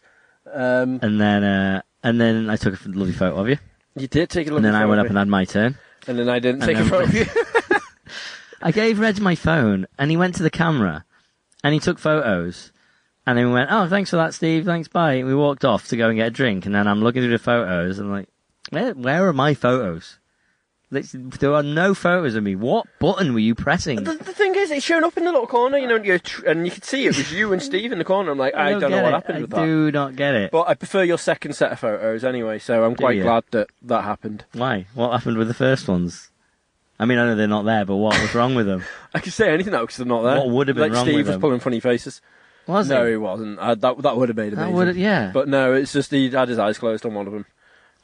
Speaker 2: Um,
Speaker 3: And then, uh, and then I took a lovely photo of you.
Speaker 2: you did take a look.
Speaker 3: And then
Speaker 2: at
Speaker 3: I went up and
Speaker 2: photography.
Speaker 3: had my turn.
Speaker 2: and then I didn't
Speaker 3: and
Speaker 2: take a
Speaker 3: then-
Speaker 2: photo of you.
Speaker 3: I gave Reg my phone, and he went to the camera, and he took photos, And then we went, oh, thanks for that, Steve. Thanks, bye. And we walked off to go and get a drink. And then I'm looking through the photos and like, where, where are my photos? There's- There are no photos of me. What button were you pressing?
Speaker 2: The, the thing is, it's shown up in the little corner, you know, and, you're tr- and you can see it was you and Steve in the corner. I'm like, I, don't, know
Speaker 3: get
Speaker 2: what
Speaker 3: it.
Speaker 2: happened
Speaker 3: I
Speaker 2: with that.
Speaker 3: do not get it.
Speaker 2: But I prefer your second set of photos anyway, so I'm quite
Speaker 3: you?
Speaker 2: glad that that happened.
Speaker 3: Why? What happened with the first ones? I mean, I know they're not there, but what was wrong with them?
Speaker 2: I could say anything now because they're not there.
Speaker 3: What would have been
Speaker 2: like
Speaker 3: wrong
Speaker 2: Steve
Speaker 3: with
Speaker 2: was
Speaker 3: them?
Speaker 2: pulling funny faces.
Speaker 3: Was
Speaker 2: no,
Speaker 3: it?
Speaker 2: he wasn't. I, that that would have made
Speaker 3: That
Speaker 2: amazing.
Speaker 3: would, yeah.
Speaker 2: But no, it's just he had his eyes closed on one of them.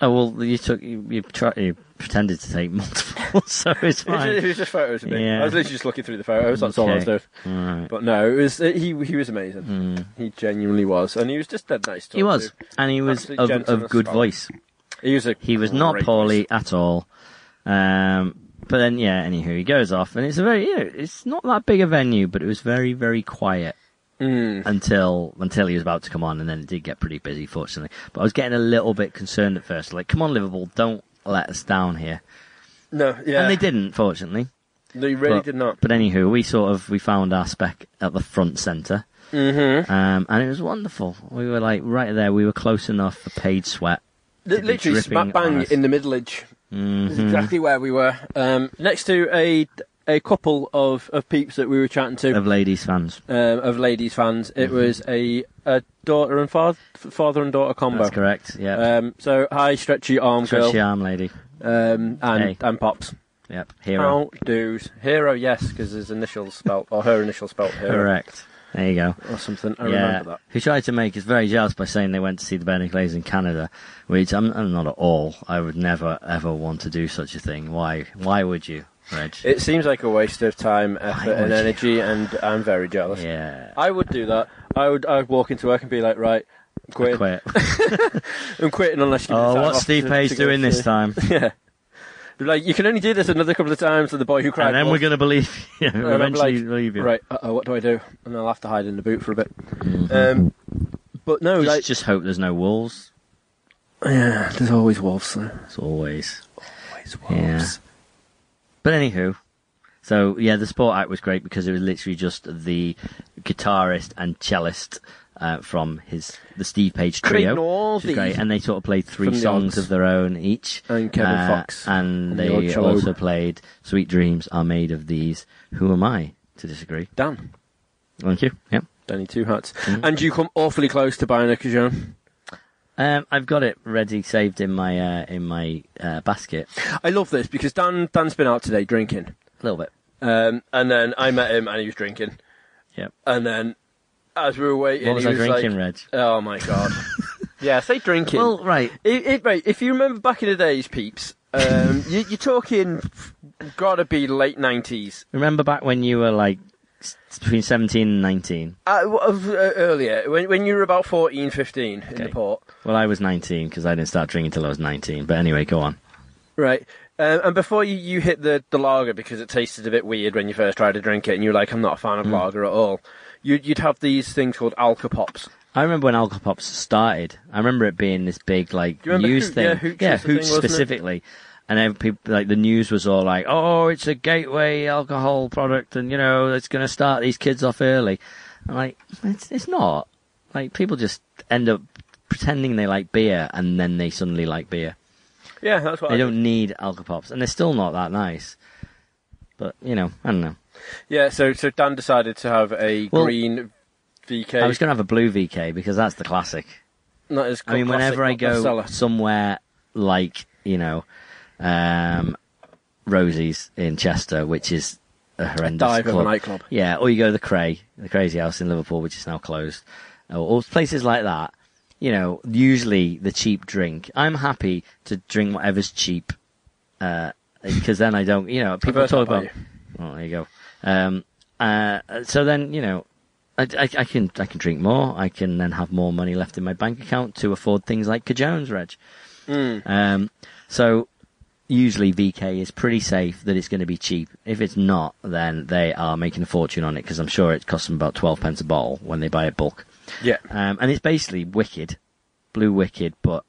Speaker 3: oh well, you took you you, try, you pretended to take multiple, so it's
Speaker 2: It was,
Speaker 3: fine.
Speaker 2: it was just photos of me.
Speaker 3: Yeah.
Speaker 2: I was literally just looking through the photos. That's all I was
Speaker 3: Okay.
Speaker 2: doing.
Speaker 3: All right.
Speaker 2: But no, it was it, he. He was amazing. He genuinely was, and he was just dead nice. To
Speaker 3: Hmm. He
Speaker 2: us
Speaker 3: was,
Speaker 2: too.
Speaker 3: and he was
Speaker 2: Absolute
Speaker 3: of,
Speaker 2: gentleman
Speaker 3: of good
Speaker 2: style.
Speaker 3: voice.
Speaker 2: He was. A
Speaker 3: He was not
Speaker 2: great
Speaker 3: poorly at all. Um, but then, yeah. Anywho, he goes off, and it's a very, you know, it's not that big a venue, but it was very, very quiet
Speaker 2: Mm.
Speaker 3: until until he was about to come on, and then it did get pretty busy, fortunately. But I was getting a little bit concerned at first, like, come on, Liverpool, don't let us down here.
Speaker 2: No, yeah,
Speaker 3: And they didn't, fortunately.
Speaker 2: They really
Speaker 3: but,
Speaker 2: did not.
Speaker 3: But anywho, we sort of we found our spec at the front center
Speaker 2: Mm-hmm.
Speaker 3: um, and it was wonderful. We were like right there. We were close enough for paid sweat. to be
Speaker 2: Literally
Speaker 3: dripping Hmm.
Speaker 2: smack bang
Speaker 3: on us.
Speaker 2: in the middleage. Is
Speaker 3: Mm-hmm.
Speaker 2: exactly where we were. Um, next to a a couple of, of peeps that we were chatting to
Speaker 3: of Mm-hmm. ladies fans.
Speaker 2: um, of ladies fans. It was a, a daughter and father father and daughter combo.
Speaker 3: That's correct. Yeah.
Speaker 2: Um, so hi, stretchy arm
Speaker 3: Stretchy
Speaker 2: girl,
Speaker 3: arm lady.
Speaker 2: um, and
Speaker 3: Hey.
Speaker 2: and pops.
Speaker 3: Yep. Hero.
Speaker 2: How do's hero? Yes, because his initials spelt or her initials spelt hero
Speaker 3: Correct. There you go.
Speaker 2: or something. I
Speaker 3: yeah.
Speaker 2: remember that.
Speaker 3: Who tried to make us very jealous by saying they went to see the Bernie Clays in Canada, which I'm, I'm not at all. I would never ever want to do such a thing. Why? Why would you, Reg?
Speaker 2: It seems like a waste of time, effort,
Speaker 3: would
Speaker 2: and
Speaker 3: you?
Speaker 2: energy, and I'm very jealous.
Speaker 3: yeah.
Speaker 2: I would do that. I would. I'd walk into work and be like, right, I'm quitting.
Speaker 3: Quit.
Speaker 2: I'm quitting unless you. give me
Speaker 3: oh,
Speaker 2: time
Speaker 3: what's
Speaker 2: off
Speaker 3: Steve
Speaker 2: to-
Speaker 3: Page
Speaker 2: to go
Speaker 3: doing
Speaker 2: to-"
Speaker 3: this time?
Speaker 2: Yeah. Be like, you can only do this another couple of times, and the boy who cried.
Speaker 3: and then
Speaker 2: wolf.
Speaker 3: we're going to believe you.
Speaker 2: And I'll be
Speaker 3: eventually
Speaker 2: like,
Speaker 3: believe you.
Speaker 2: Right. Uh oh. What do I do? And I'll have to hide in the boot for a bit. Um, but no,
Speaker 3: Mm-hmm. Just,
Speaker 2: like,
Speaker 3: just hope there's no wolves.
Speaker 2: yeah, there's always wolves. There.
Speaker 3: As always.
Speaker 2: Always
Speaker 3: wolves. But anywho, so yeah, the sport act was great because it was literally just the guitarist and cellist uh, from his the Steve Page
Speaker 2: Craig
Speaker 3: trio,
Speaker 2: Northey.
Speaker 3: which is great, and they sort of played three
Speaker 2: From the
Speaker 3: songs
Speaker 2: Odds.
Speaker 3: of their own each,
Speaker 2: And Kevin
Speaker 3: Uh,
Speaker 2: Fox
Speaker 3: and
Speaker 2: on the
Speaker 3: they
Speaker 2: odd cello.
Speaker 3: also played "Sweet Dreams Are Made of These." Who am I to disagree?
Speaker 2: Dan,
Speaker 3: Thank you. Yep.
Speaker 2: Danny Two Hats,
Speaker 3: Mm-hmm.
Speaker 2: and you come awfully close to buying a Cajun.
Speaker 3: Um, I've got it ready, saved in my uh, in my uh, basket.
Speaker 2: I love this because Dan Dan's been out today drinking,
Speaker 3: A little bit.
Speaker 2: um, and then I met him and he was drinking,
Speaker 3: Yep.
Speaker 2: and then as we were waiting,
Speaker 3: What was
Speaker 2: he
Speaker 3: I
Speaker 2: was
Speaker 3: drinking,
Speaker 2: like,
Speaker 3: Reg?
Speaker 2: Oh my god. yeah, say drinking.
Speaker 3: Well, right.
Speaker 2: It, it, right, if you remember back in the days, peeps, um, you, you're talking gotta be late nineties,
Speaker 3: Remember back when you were like s- between 17 and 19?
Speaker 2: uh, w- of, uh, earlier when when you were about 14, 15 in the
Speaker 3: Okay.
Speaker 2: port,
Speaker 3: Well, I was 19 because I didn't start drinking till I was 19. But anyway, go on.
Speaker 2: right? Um, and before you, you hit the the lager because it tasted a bit weird when you first tried to drink it, and you were like, I'm not a fan of lager at all. You'd you'd have these things called Alka Pops.
Speaker 3: I remember when Alka Pops started. I remember it being this big like
Speaker 2: you remember
Speaker 3: news
Speaker 2: Hoot?
Speaker 3: thing.
Speaker 2: Yeah, Hoots was the
Speaker 3: Hoots
Speaker 2: thing, wasn't it?
Speaker 3: specifically. And then people like the news was all like, "Oh, it's a gateway alcohol product, and you know it's going to start these kids off early." I'm like, it's, it's not. Like people just end up pretending they like beer, and then they suddenly like beer.
Speaker 2: Yeah, that's what
Speaker 3: They
Speaker 2: I
Speaker 3: don't need Alka Pops, and they're still not that nice. But you know, I don't know.
Speaker 2: Yeah, so so Dan decided to have a
Speaker 3: Well,
Speaker 2: green VK.
Speaker 3: I was going to have a blue VK because that's the classic.
Speaker 2: not as
Speaker 3: I mean,
Speaker 2: classic,
Speaker 3: whenever I
Speaker 2: not
Speaker 3: go
Speaker 2: bestseller.
Speaker 3: somewhere like you know, um, Rosie's in Chester, which is a horrendous
Speaker 2: dive of a
Speaker 3: club.
Speaker 2: nightclub.
Speaker 3: Yeah, or you go to the Cray, the Crazy House in Liverpool, which is now closed, or, or places like that. You know, usually the cheap drink. I'm happy to drink whatever's cheap, because Uh, then I don't. You know, people
Speaker 2: Reverse
Speaker 3: talk
Speaker 2: that by
Speaker 3: about. Well, there you go. Um, uh, so then you know, I, I, I can I can drink more. I can then have more money left in my bank account to afford things like Cajones, Reg.
Speaker 2: Hmm.
Speaker 3: Um, so usually VK is pretty safe that it's going to be cheap. If it's not, then they are making a fortune on it because I'm sure it costs them about twelve pence a bottle when they buy it bulk.
Speaker 2: Yeah.
Speaker 3: Um, and it's basically wicked, blue wicked, but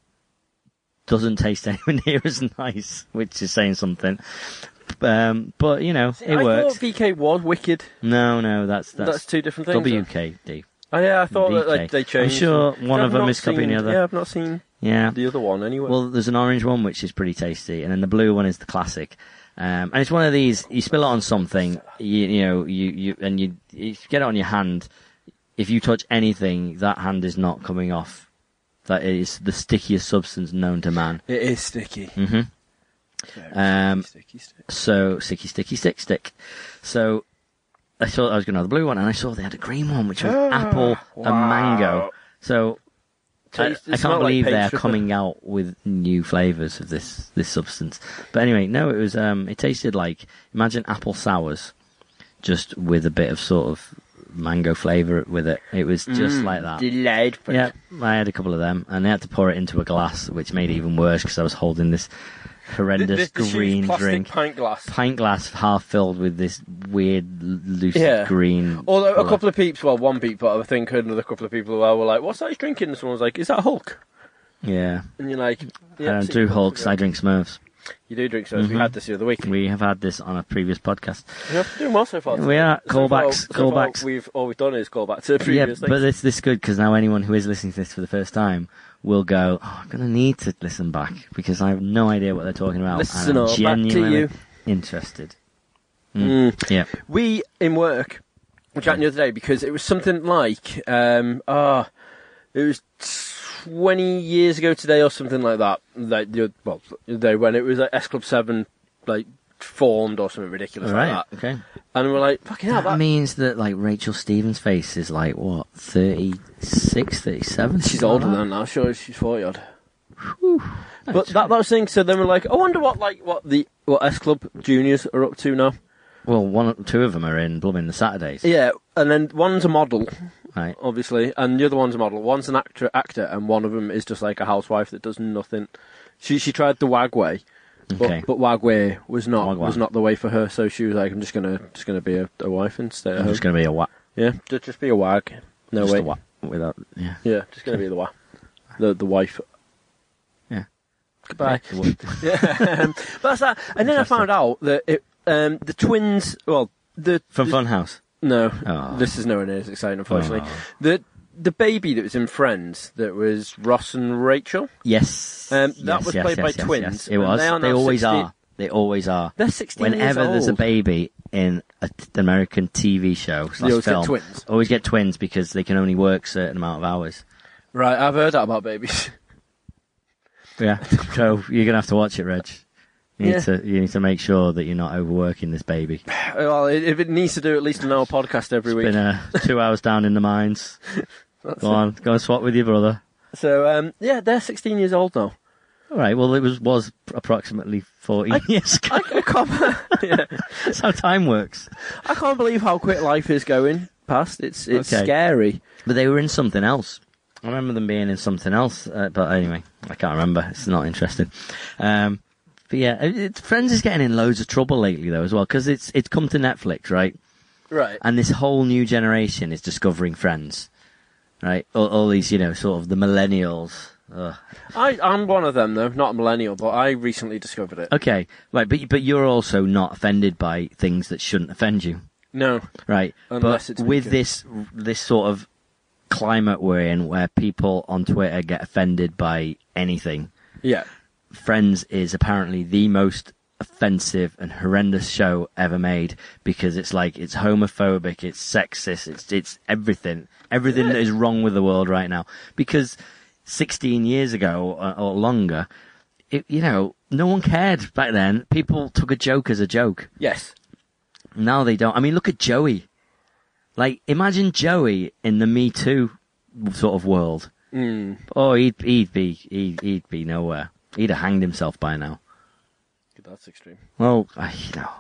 Speaker 3: doesn't taste anywhere near as nice, which is saying something. Um, but you know, it
Speaker 2: I
Speaker 3: works.
Speaker 2: thought VK was wicked.
Speaker 3: No, no, that's that's,
Speaker 2: That's two different things,
Speaker 3: WKD.
Speaker 2: Oh, yeah, I thought that like,
Speaker 3: VK.
Speaker 2: they
Speaker 3: I'm
Speaker 2: changed.
Speaker 3: sure
Speaker 2: them.
Speaker 3: one
Speaker 2: I've
Speaker 3: of them
Speaker 2: not
Speaker 3: is copying
Speaker 2: seen-
Speaker 3: the other.
Speaker 2: Yeah, I've not seen
Speaker 3: Yeah.
Speaker 2: the other one anyway.
Speaker 3: Well, there's an orange one which is pretty tasty, and then the blue one is the classic. Um, and it's one of these you spill it on something, you, you know, you, you and you, you get it on your hand. If you touch anything, that hand is not coming off. That is the stickiest substance known to man.
Speaker 2: it is sticky.
Speaker 3: hmm
Speaker 2: Very
Speaker 3: Um,
Speaker 2: sticky, sticky.
Speaker 3: So sticky, sticky, stick, stick. So I saw I was going to have the blue one, and I saw they had a green one, which was
Speaker 2: Ah,
Speaker 3: apple and mango. So I,
Speaker 2: Taste- it
Speaker 3: I can't
Speaker 2: smelled like
Speaker 3: believe they're
Speaker 2: pastry, but-
Speaker 3: coming out with new flavors of this this substance. But anyway, no, it was um, it tasted like imagine apple sours, just with a bit of sort of mango flavor with it. It was just
Speaker 2: Mm,
Speaker 3: like that.
Speaker 2: Mmm, Delightful.
Speaker 3: Yeah, I had a couple of them, and they had to pour it into a glass, which made it even worse because I was holding this
Speaker 2: Th-
Speaker 3: horrendous
Speaker 2: this, this huge
Speaker 3: green
Speaker 2: plastic
Speaker 3: drink,
Speaker 2: pint glass.
Speaker 3: pint glass half filled with this weird, l- loose
Speaker 2: Yeah.
Speaker 3: green.
Speaker 2: Although a
Speaker 3: colour.
Speaker 2: couple of peeps, well, one peep, but I think another couple of people were, were like, "What's that he's drinking?" And someone was like, "Is that Hulk?"
Speaker 3: yeah,
Speaker 2: And you're like,
Speaker 3: I
Speaker 2: "Yeah,
Speaker 3: don't
Speaker 2: see,
Speaker 3: do
Speaker 2: Hulk's
Speaker 3: Hulks.
Speaker 2: good."
Speaker 3: I drink Smurfs.
Speaker 2: You do drink those. We had this the other week.
Speaker 3: We have had this on a previous podcast.
Speaker 2: We're doing well so far.
Speaker 3: We are.
Speaker 2: So far-
Speaker 3: Callbacks,
Speaker 2: so far
Speaker 3: callbacks.
Speaker 2: We've all we've done is call back to previous
Speaker 3: yeah,
Speaker 2: things.
Speaker 3: but this this is good because now anyone who is listening to this for the first time will go. Oh, I'm gonna need to listen back because I have no idea what they're talking about.
Speaker 2: Listen
Speaker 3: and I'm
Speaker 2: up, back to
Speaker 3: genuinely
Speaker 2: you.
Speaker 3: interested.
Speaker 2: Mm.
Speaker 3: Yeah,
Speaker 2: we in work were chatting the other day because it was something like um ah it was 20 years ago today or something like that like the well the day when it was like s club 7 like formed or something ridiculous
Speaker 3: all right,
Speaker 2: like that
Speaker 3: okay.
Speaker 2: and we're like fucking hell
Speaker 3: That
Speaker 2: that
Speaker 3: means that like Rachel Stevens' face is like what 36, 37?
Speaker 2: she's older than that sure she's 40 odd
Speaker 3: No,
Speaker 2: but that, that was the thing so then we're like i wonder what like what the what s club juniors are up to now
Speaker 3: well, one, two of them are in blooming the Saturdays,
Speaker 2: yeah and then one's a model
Speaker 3: right?
Speaker 2: obviously, and the other one's a model. One's an actor, actor, and one of them is just like a housewife that does nothing. She she tried the wagway, but
Speaker 3: Okay.
Speaker 2: but wagway was not
Speaker 3: Wagwan.
Speaker 2: was not the way for her. So she was like, I'm just gonna just gonna be a, a wife and stay at
Speaker 3: I'm
Speaker 2: home.
Speaker 3: just gonna be a whack.
Speaker 2: Yeah, just, just be a wag. No
Speaker 3: just
Speaker 2: way.
Speaker 3: a whack without Oh, yeah.
Speaker 2: Yeah, just gonna be the wag. The the wife.
Speaker 3: Yeah.
Speaker 2: Goodbye.
Speaker 3: Yeah, the wa-
Speaker 2: Yeah. um, that's that. And then I found out that it um the twins. Well, the
Speaker 3: From
Speaker 2: the-
Speaker 3: Funhouse.
Speaker 2: no,
Speaker 3: Oh.
Speaker 2: this is nowhere near as exciting, unfortunately.
Speaker 3: Oh.
Speaker 2: The the baby that was in Friends, that was Ross and Rachel.
Speaker 3: Yes.
Speaker 2: Um, that
Speaker 3: Yes,
Speaker 2: was
Speaker 3: yes,
Speaker 2: played by
Speaker 3: yes, yes,
Speaker 2: twins,
Speaker 3: yes. It
Speaker 2: and
Speaker 3: was.
Speaker 2: they
Speaker 3: They,
Speaker 2: are now
Speaker 3: always
Speaker 2: 16
Speaker 3: are. They always are.
Speaker 2: They're 16 years
Speaker 3: Whenever there's a
Speaker 2: old.
Speaker 3: baby in an American TV show slash
Speaker 2: always get
Speaker 3: film,
Speaker 2: twins.
Speaker 3: always get twins because they can only work certain amount of hours.
Speaker 2: Right, I've heard that about babies.
Speaker 3: Yeah. so you're gonna have to watch it, Reg. You need
Speaker 2: Yeah.
Speaker 3: to you need to make sure that you're not overworking this baby.
Speaker 2: well, i- if it needs to do at least an hour podcast every week.
Speaker 3: Been uh, two hours down in the mines.
Speaker 2: That's
Speaker 3: Go on, go and swap with your brother.
Speaker 2: it. So um, yeah, they're 16 years old now.
Speaker 3: All right. Well, it was was approximately 14 years ago.
Speaker 2: I, I can't. yeah.
Speaker 3: That's how time works.
Speaker 2: I can't believe how quick life is going past. It's it's
Speaker 3: Okay.
Speaker 2: scary.
Speaker 3: But they were in something else. I remember them being in something else, uh, but anyway, I can't remember. It's not interesting. Um, but yeah, it, it- Friends is getting in loads of trouble lately though as well because it's it's come to Netflix, right?
Speaker 2: Right.
Speaker 3: And this whole new generation is discovering Friends, right? All, all these, you know, sort of the millennials. Ugh.
Speaker 2: I I'm one of them though, not a millennial, but I recently discovered it.
Speaker 3: Okay, right, but but you're also not offended by things that shouldn't offend you.
Speaker 2: No.
Speaker 3: Right.
Speaker 2: Unless
Speaker 3: but
Speaker 2: it's
Speaker 3: with
Speaker 2: weekend.
Speaker 3: this this sort of climate we're in where people on Twitter get offended by anything,
Speaker 2: Yeah.
Speaker 3: Friends is apparently the most offensive and horrendous show ever made because it's like it's homophobic, it's sexist, it's it's everything, everything that is wrong with the world right now. Because 16 years ago or, or longer, it, you know, no one cared back then. People took a joke as a joke.
Speaker 2: Yes.
Speaker 3: Now they don't. I mean, look at Joey. Like, imagine Joey in the Me Too sort of world.
Speaker 2: Mm.
Speaker 3: Oh, he'd he'd be he'd, he'd be nowhere. He'd have hanged himself by now.
Speaker 2: That's extreme.
Speaker 3: Well, I, you know.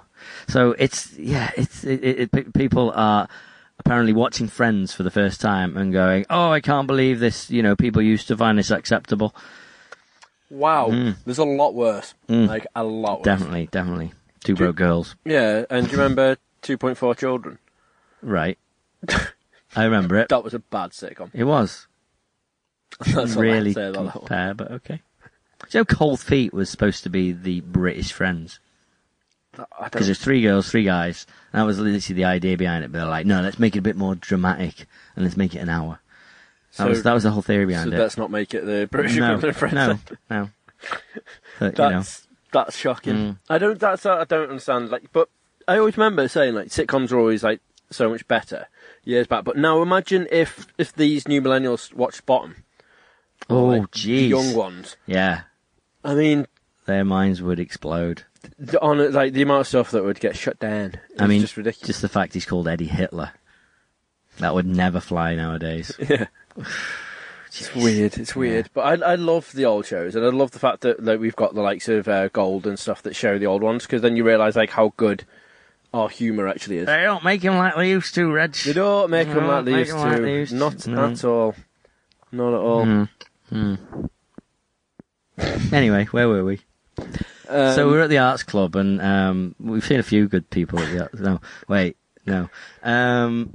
Speaker 3: So it's yeah, it's it, it, it, pe- people are apparently watching Friends for the first time and going, "Oh, I can't believe this." You know, people used to find this acceptable.
Speaker 2: Wow. There's a lot worse. Like a lot worse.
Speaker 3: Hmm. Definitely, definitely. Two broke girls,
Speaker 2: Yeah, and do you remember 2.4 Children?
Speaker 3: right? I remember it.
Speaker 2: That was a bad sitcom.
Speaker 3: It was.
Speaker 2: That's all I
Speaker 3: really
Speaker 2: have to say about that one.
Speaker 3: compare, but okay. Do you know Cold Feet was supposed to be the British Friends?
Speaker 2: I don't-
Speaker 3: because there's three girls, three guys. And that was literally the idea behind it. But they're like, no, let's make it a bit more dramatic and let's make it an hour. That
Speaker 2: So-
Speaker 3: was that was the whole theory behind
Speaker 2: so
Speaker 3: it.
Speaker 2: let's not make it the British
Speaker 3: no,
Speaker 2: equivalent of French.
Speaker 3: no, no. But, you know, Hmm.
Speaker 2: That's that's shocking. I don't. That's I don't understand. Like, but I always remember saying like sitcoms are always like so much better years back. But now imagine if if these new millennials watched Bottom,
Speaker 3: oh
Speaker 2: like, the
Speaker 3: jeez,
Speaker 2: young ones.
Speaker 3: yeah,
Speaker 2: I mean,
Speaker 3: their minds would explode.
Speaker 2: the, on like the amount of stuff that would get shut down.
Speaker 3: I mean,
Speaker 2: just ridiculous.
Speaker 3: Just the fact he's called Eddie Hitler. That would never fly nowadays.
Speaker 2: yeah. It's weird. It's weird, but I I love the old shows, and I love the fact that like we've got the likes of uh, Gold and stuff that show the old ones, because then you realise like how good our humour actually is.
Speaker 3: They don't make him like they used to, Reg.
Speaker 2: They don't make them
Speaker 3: No,
Speaker 2: like they
Speaker 3: make
Speaker 2: used
Speaker 3: 'em like
Speaker 2: to.
Speaker 3: they used to.
Speaker 2: Not
Speaker 3: No.
Speaker 2: at all. Not at all.
Speaker 3: Mm. Mm. anyway, where were we?
Speaker 2: Um,
Speaker 3: so we're at the arts club, and um, we've seen a few good people. At the, ar- no, wait, no. Um,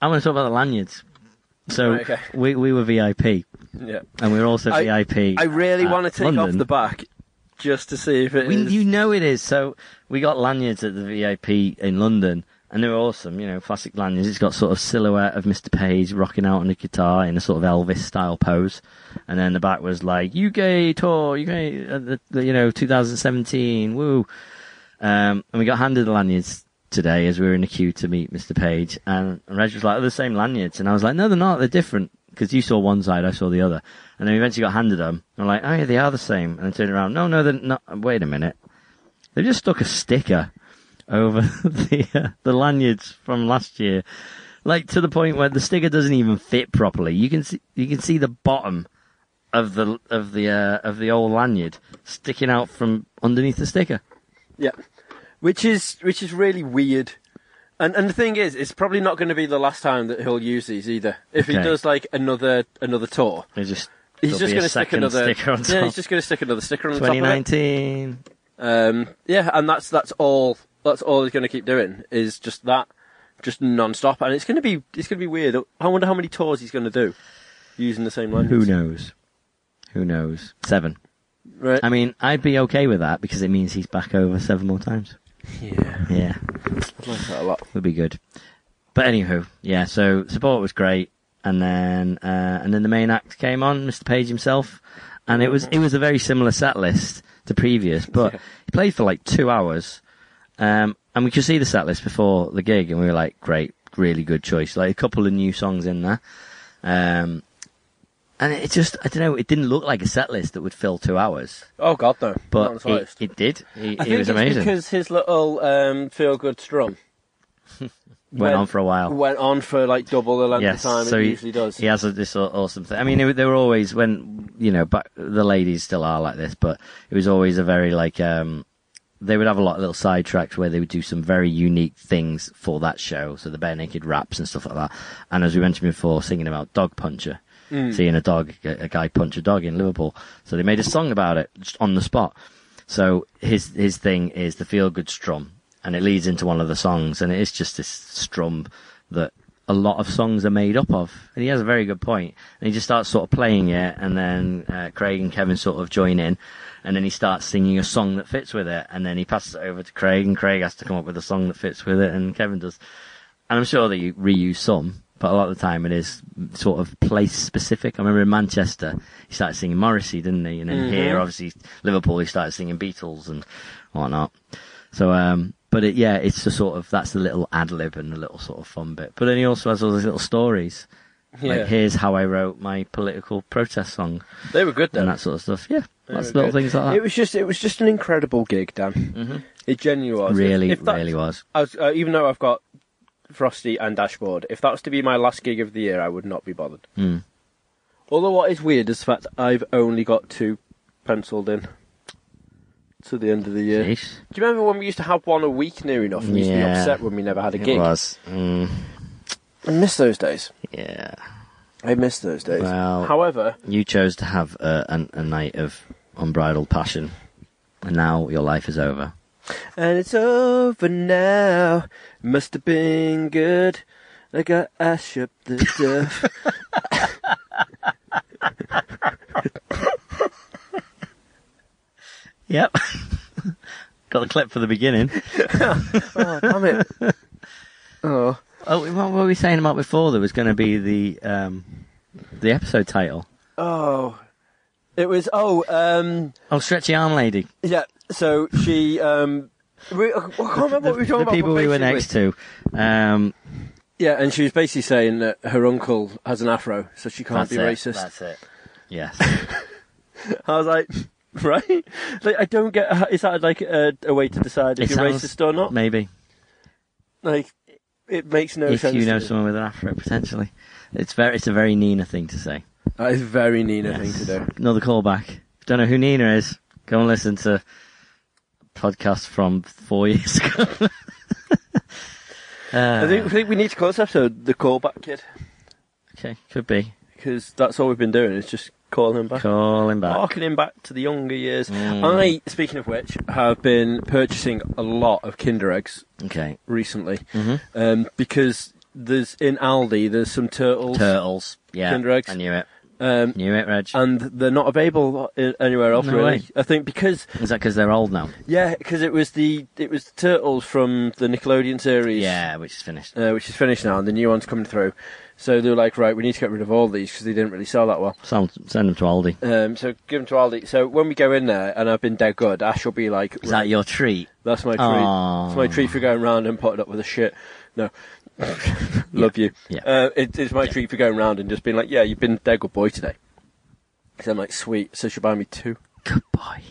Speaker 3: I want to talk about the lanyards. So
Speaker 2: Right, okay.
Speaker 3: we we were VIP,
Speaker 2: yeah.
Speaker 3: and we were also
Speaker 2: I-
Speaker 3: VIP.
Speaker 2: I really
Speaker 3: at
Speaker 2: want to take off
Speaker 3: London.
Speaker 2: the back just to see if it
Speaker 3: We,
Speaker 2: is-
Speaker 3: you know it is. So we got lanyards at the VIP in London, and they were awesome. You know, classic lanyards. It's got sort of silhouette of Mr. Page rocking out on a guitar in a sort of Elvis style pose, and then the back was like UK tour, UK, uh, the, the, you know, 2017, woo. Um, and we got handed the lanyards today as we were in the queue to meet Mr. Page, and Reg was like, "They're the same lanyards," and I was like, "No, they're not. They're different." Because you saw one side, I saw the other, and then we eventually got handed them. And I'm like, "Oh yeah, they are the same." And I turned around, "No, no, they're not." Wait a minute, they just stuck a sticker over the uh, the lanyards from last year, like to the point where the sticker doesn't even fit properly. You can see you can see the bottom of the of the uh, of the old lanyard sticking out from underneath the sticker.
Speaker 2: Yeah. Which is which is really weird. And and the thing is, it's probably not going to be the last time that he'll use these either. If he
Speaker 3: Okay.
Speaker 2: does like another another tour,
Speaker 3: They just
Speaker 2: he's just
Speaker 3: going to
Speaker 2: stick another
Speaker 3: sticker on top.
Speaker 2: yeah, he's just going to stick another sticker on the top of it.
Speaker 3: 2019.
Speaker 2: Um, yeah, and that's that's all that's all he's going to keep doing is just that, just non-stop, and it's going to be it's going to be weird. I wonder how many tours he's going to do using the same lines.
Speaker 3: Who knows? Who knows? Seven.
Speaker 2: Right?
Speaker 3: I mean, I'd be okay with that because it means he's back over seven more times.
Speaker 2: yeah,
Speaker 3: Yeah.
Speaker 2: I like that a lot.
Speaker 3: would be good. But anywho, yeah. So support was great, and then uh, and then the main act came on, Mr. Page himself, and it was it was a very similar set list to previous, but
Speaker 2: Yeah.
Speaker 3: he played for like two hours, um, and we could see the set list before the gig, and we were like, great, really good choice. Like a couple of new songs in there, um, and it just I don't know, it didn't look like a set list that would fill two hours,
Speaker 2: Oh God, no, not
Speaker 3: but
Speaker 2: the
Speaker 3: it,
Speaker 2: slightest.
Speaker 3: it did. It,
Speaker 2: I think
Speaker 3: it was
Speaker 2: it's
Speaker 3: amazing.
Speaker 2: because his little um, feel-good strum
Speaker 3: Went
Speaker 2: when-
Speaker 3: on for a while.
Speaker 2: went on for like double the length
Speaker 3: yes,
Speaker 2: of time
Speaker 3: so
Speaker 2: it
Speaker 3: he-
Speaker 2: usually does.
Speaker 3: He has a, this aw- awesome thing. I mean, they were- they were always when you know, but the ladies still are like this, but it was always a very like um, they would have a lot of little side tracks where they would do some very unique things for that show. So the bare naked raps and stuff like that. And as we mentioned before, singing about dog puncher,
Speaker 2: Mm.
Speaker 3: seeing a dog, a, a guy punch a dog in Liverpool. So they made a song about it just on the spot. So his his thing is the feel good strum, and it leads into one of the songs, and it is just this strum that a lot of songs are made up of. And he has a very good point. And he just starts sort of playing it, and then uh, Craig and Kevin sort of join in, and then he starts singing a song that fits with it, and then he passes it over to Craig, and Craig has to come up with a song that fits with it, and Kevin does. And I'm sure that you reuse some, but a lot of the time it is sort of place specific. I remember in Manchester, he started singing Morrissey, didn't he? And then here, obviously, Liverpool, he started singing Beatles and whatnot. So, um, but it, yeah, it's the sort of, that's the little ad lib and the little sort of fun bit. But then he also has all these little stories.
Speaker 2: Yeah.
Speaker 3: Like, here's how I wrote my political protest song
Speaker 2: They were good then.
Speaker 3: and that sort of stuff. Yeah,
Speaker 2: They
Speaker 3: lots
Speaker 2: were
Speaker 3: of little
Speaker 2: good.
Speaker 3: things like that.
Speaker 2: It was just it was just an incredible gig, Dan. It genuinely was. If-
Speaker 3: really,
Speaker 2: if that-
Speaker 3: really was.
Speaker 2: I was, uh, even though I've got Frosty and Dashboard, if that was to be my last gig of the year, I would not be bothered.
Speaker 3: Mm.
Speaker 2: Although what is weird is the fact that I've only got two penciled in to the end of the year.
Speaker 3: Jeez.
Speaker 2: Do you remember when we used to have one a week near enough? We used to be
Speaker 3: Yeah.
Speaker 2: upset when we never had a
Speaker 3: It
Speaker 2: gig.
Speaker 3: was. Mm,
Speaker 2: I miss those days.
Speaker 3: yeah.
Speaker 2: I miss those days.
Speaker 3: Well-
Speaker 2: However,
Speaker 3: You chose to have a, an, a night of unbridled passion, and now your life is over.
Speaker 2: and it's over now. Must have been good. I got ash up the stuff.
Speaker 3: Yep. Got the clip for the beginning.
Speaker 2: Oh, damn it. Oh.
Speaker 3: Oh, what were we saying about before? There was going to be the um, the episode title.
Speaker 2: Oh. It was, oh, um,
Speaker 3: Oh, stretchy arm lady.
Speaker 2: yeah, so she, um, we, I can't remember what we were talking
Speaker 3: the
Speaker 2: about.
Speaker 3: people
Speaker 2: but
Speaker 3: we were
Speaker 2: basically-
Speaker 3: next to. Um,
Speaker 2: Yeah, and she was basically saying that her uncle has an afro, so she can't
Speaker 3: that's
Speaker 2: be
Speaker 3: it.
Speaker 2: racist.
Speaker 3: That's it. Yes.
Speaker 2: I was like, right? Like, I don't get. Is that like a, a way to decide if
Speaker 3: It
Speaker 2: you're
Speaker 3: sounds-
Speaker 2: racist or not?
Speaker 3: Maybe.
Speaker 2: Like, it makes no
Speaker 3: if
Speaker 2: sense.
Speaker 3: you know
Speaker 2: to me.
Speaker 3: someone with an afro, potentially. It's very, it's a very Nina thing to say.
Speaker 2: that is a very Nina
Speaker 3: Yes.
Speaker 2: thing to do.
Speaker 3: Another callback. Don't know who Nina is. Go and listen to a podcast from four years ago. Uh,
Speaker 2: I think, I think we need to call this episode the callback kid
Speaker 3: okay, could be.
Speaker 2: because that's all we've been doing is just calling him back,
Speaker 3: Calling back.
Speaker 2: harkening back to the younger years.
Speaker 3: Mm.
Speaker 2: I, speaking of which, have been purchasing a lot of Kinder eggs
Speaker 3: Okay.
Speaker 2: recently
Speaker 3: hmm
Speaker 2: um, because there's in Aldi there's some turtles,
Speaker 3: Turtles. Yeah.
Speaker 2: Kinder eggs.
Speaker 3: I knew it.
Speaker 2: um,
Speaker 3: Knew it, Reg.
Speaker 2: and they're not available i- anywhere else
Speaker 3: No
Speaker 2: really.
Speaker 3: way.
Speaker 2: I think because
Speaker 3: Is that because they're old now?
Speaker 2: Yeah, because it was the it was the turtles from the Nickelodeon series.
Speaker 3: Yeah, which is finished.
Speaker 2: Uh, which is finished now, and the new one's coming through. So they were like, right, we need to get rid of all these because they didn't really sell that well.
Speaker 3: Send, send them to Aldi.
Speaker 2: Um, so give them to Aldi. So when we go in there, and I've been dead good, Ash will be like,
Speaker 3: Is
Speaker 2: right,
Speaker 3: that your treat?
Speaker 2: that's my treat.
Speaker 3: Aw.
Speaker 2: That's my treat for going round and potting up with the shit. No. Love you.
Speaker 3: Yeah.
Speaker 2: Uh, it, it's my
Speaker 3: Yeah.
Speaker 2: treat for going round and just being like, yeah, you've been dead good boy today. So I'm like, sweet. So she'll buy me two.
Speaker 3: Good boy.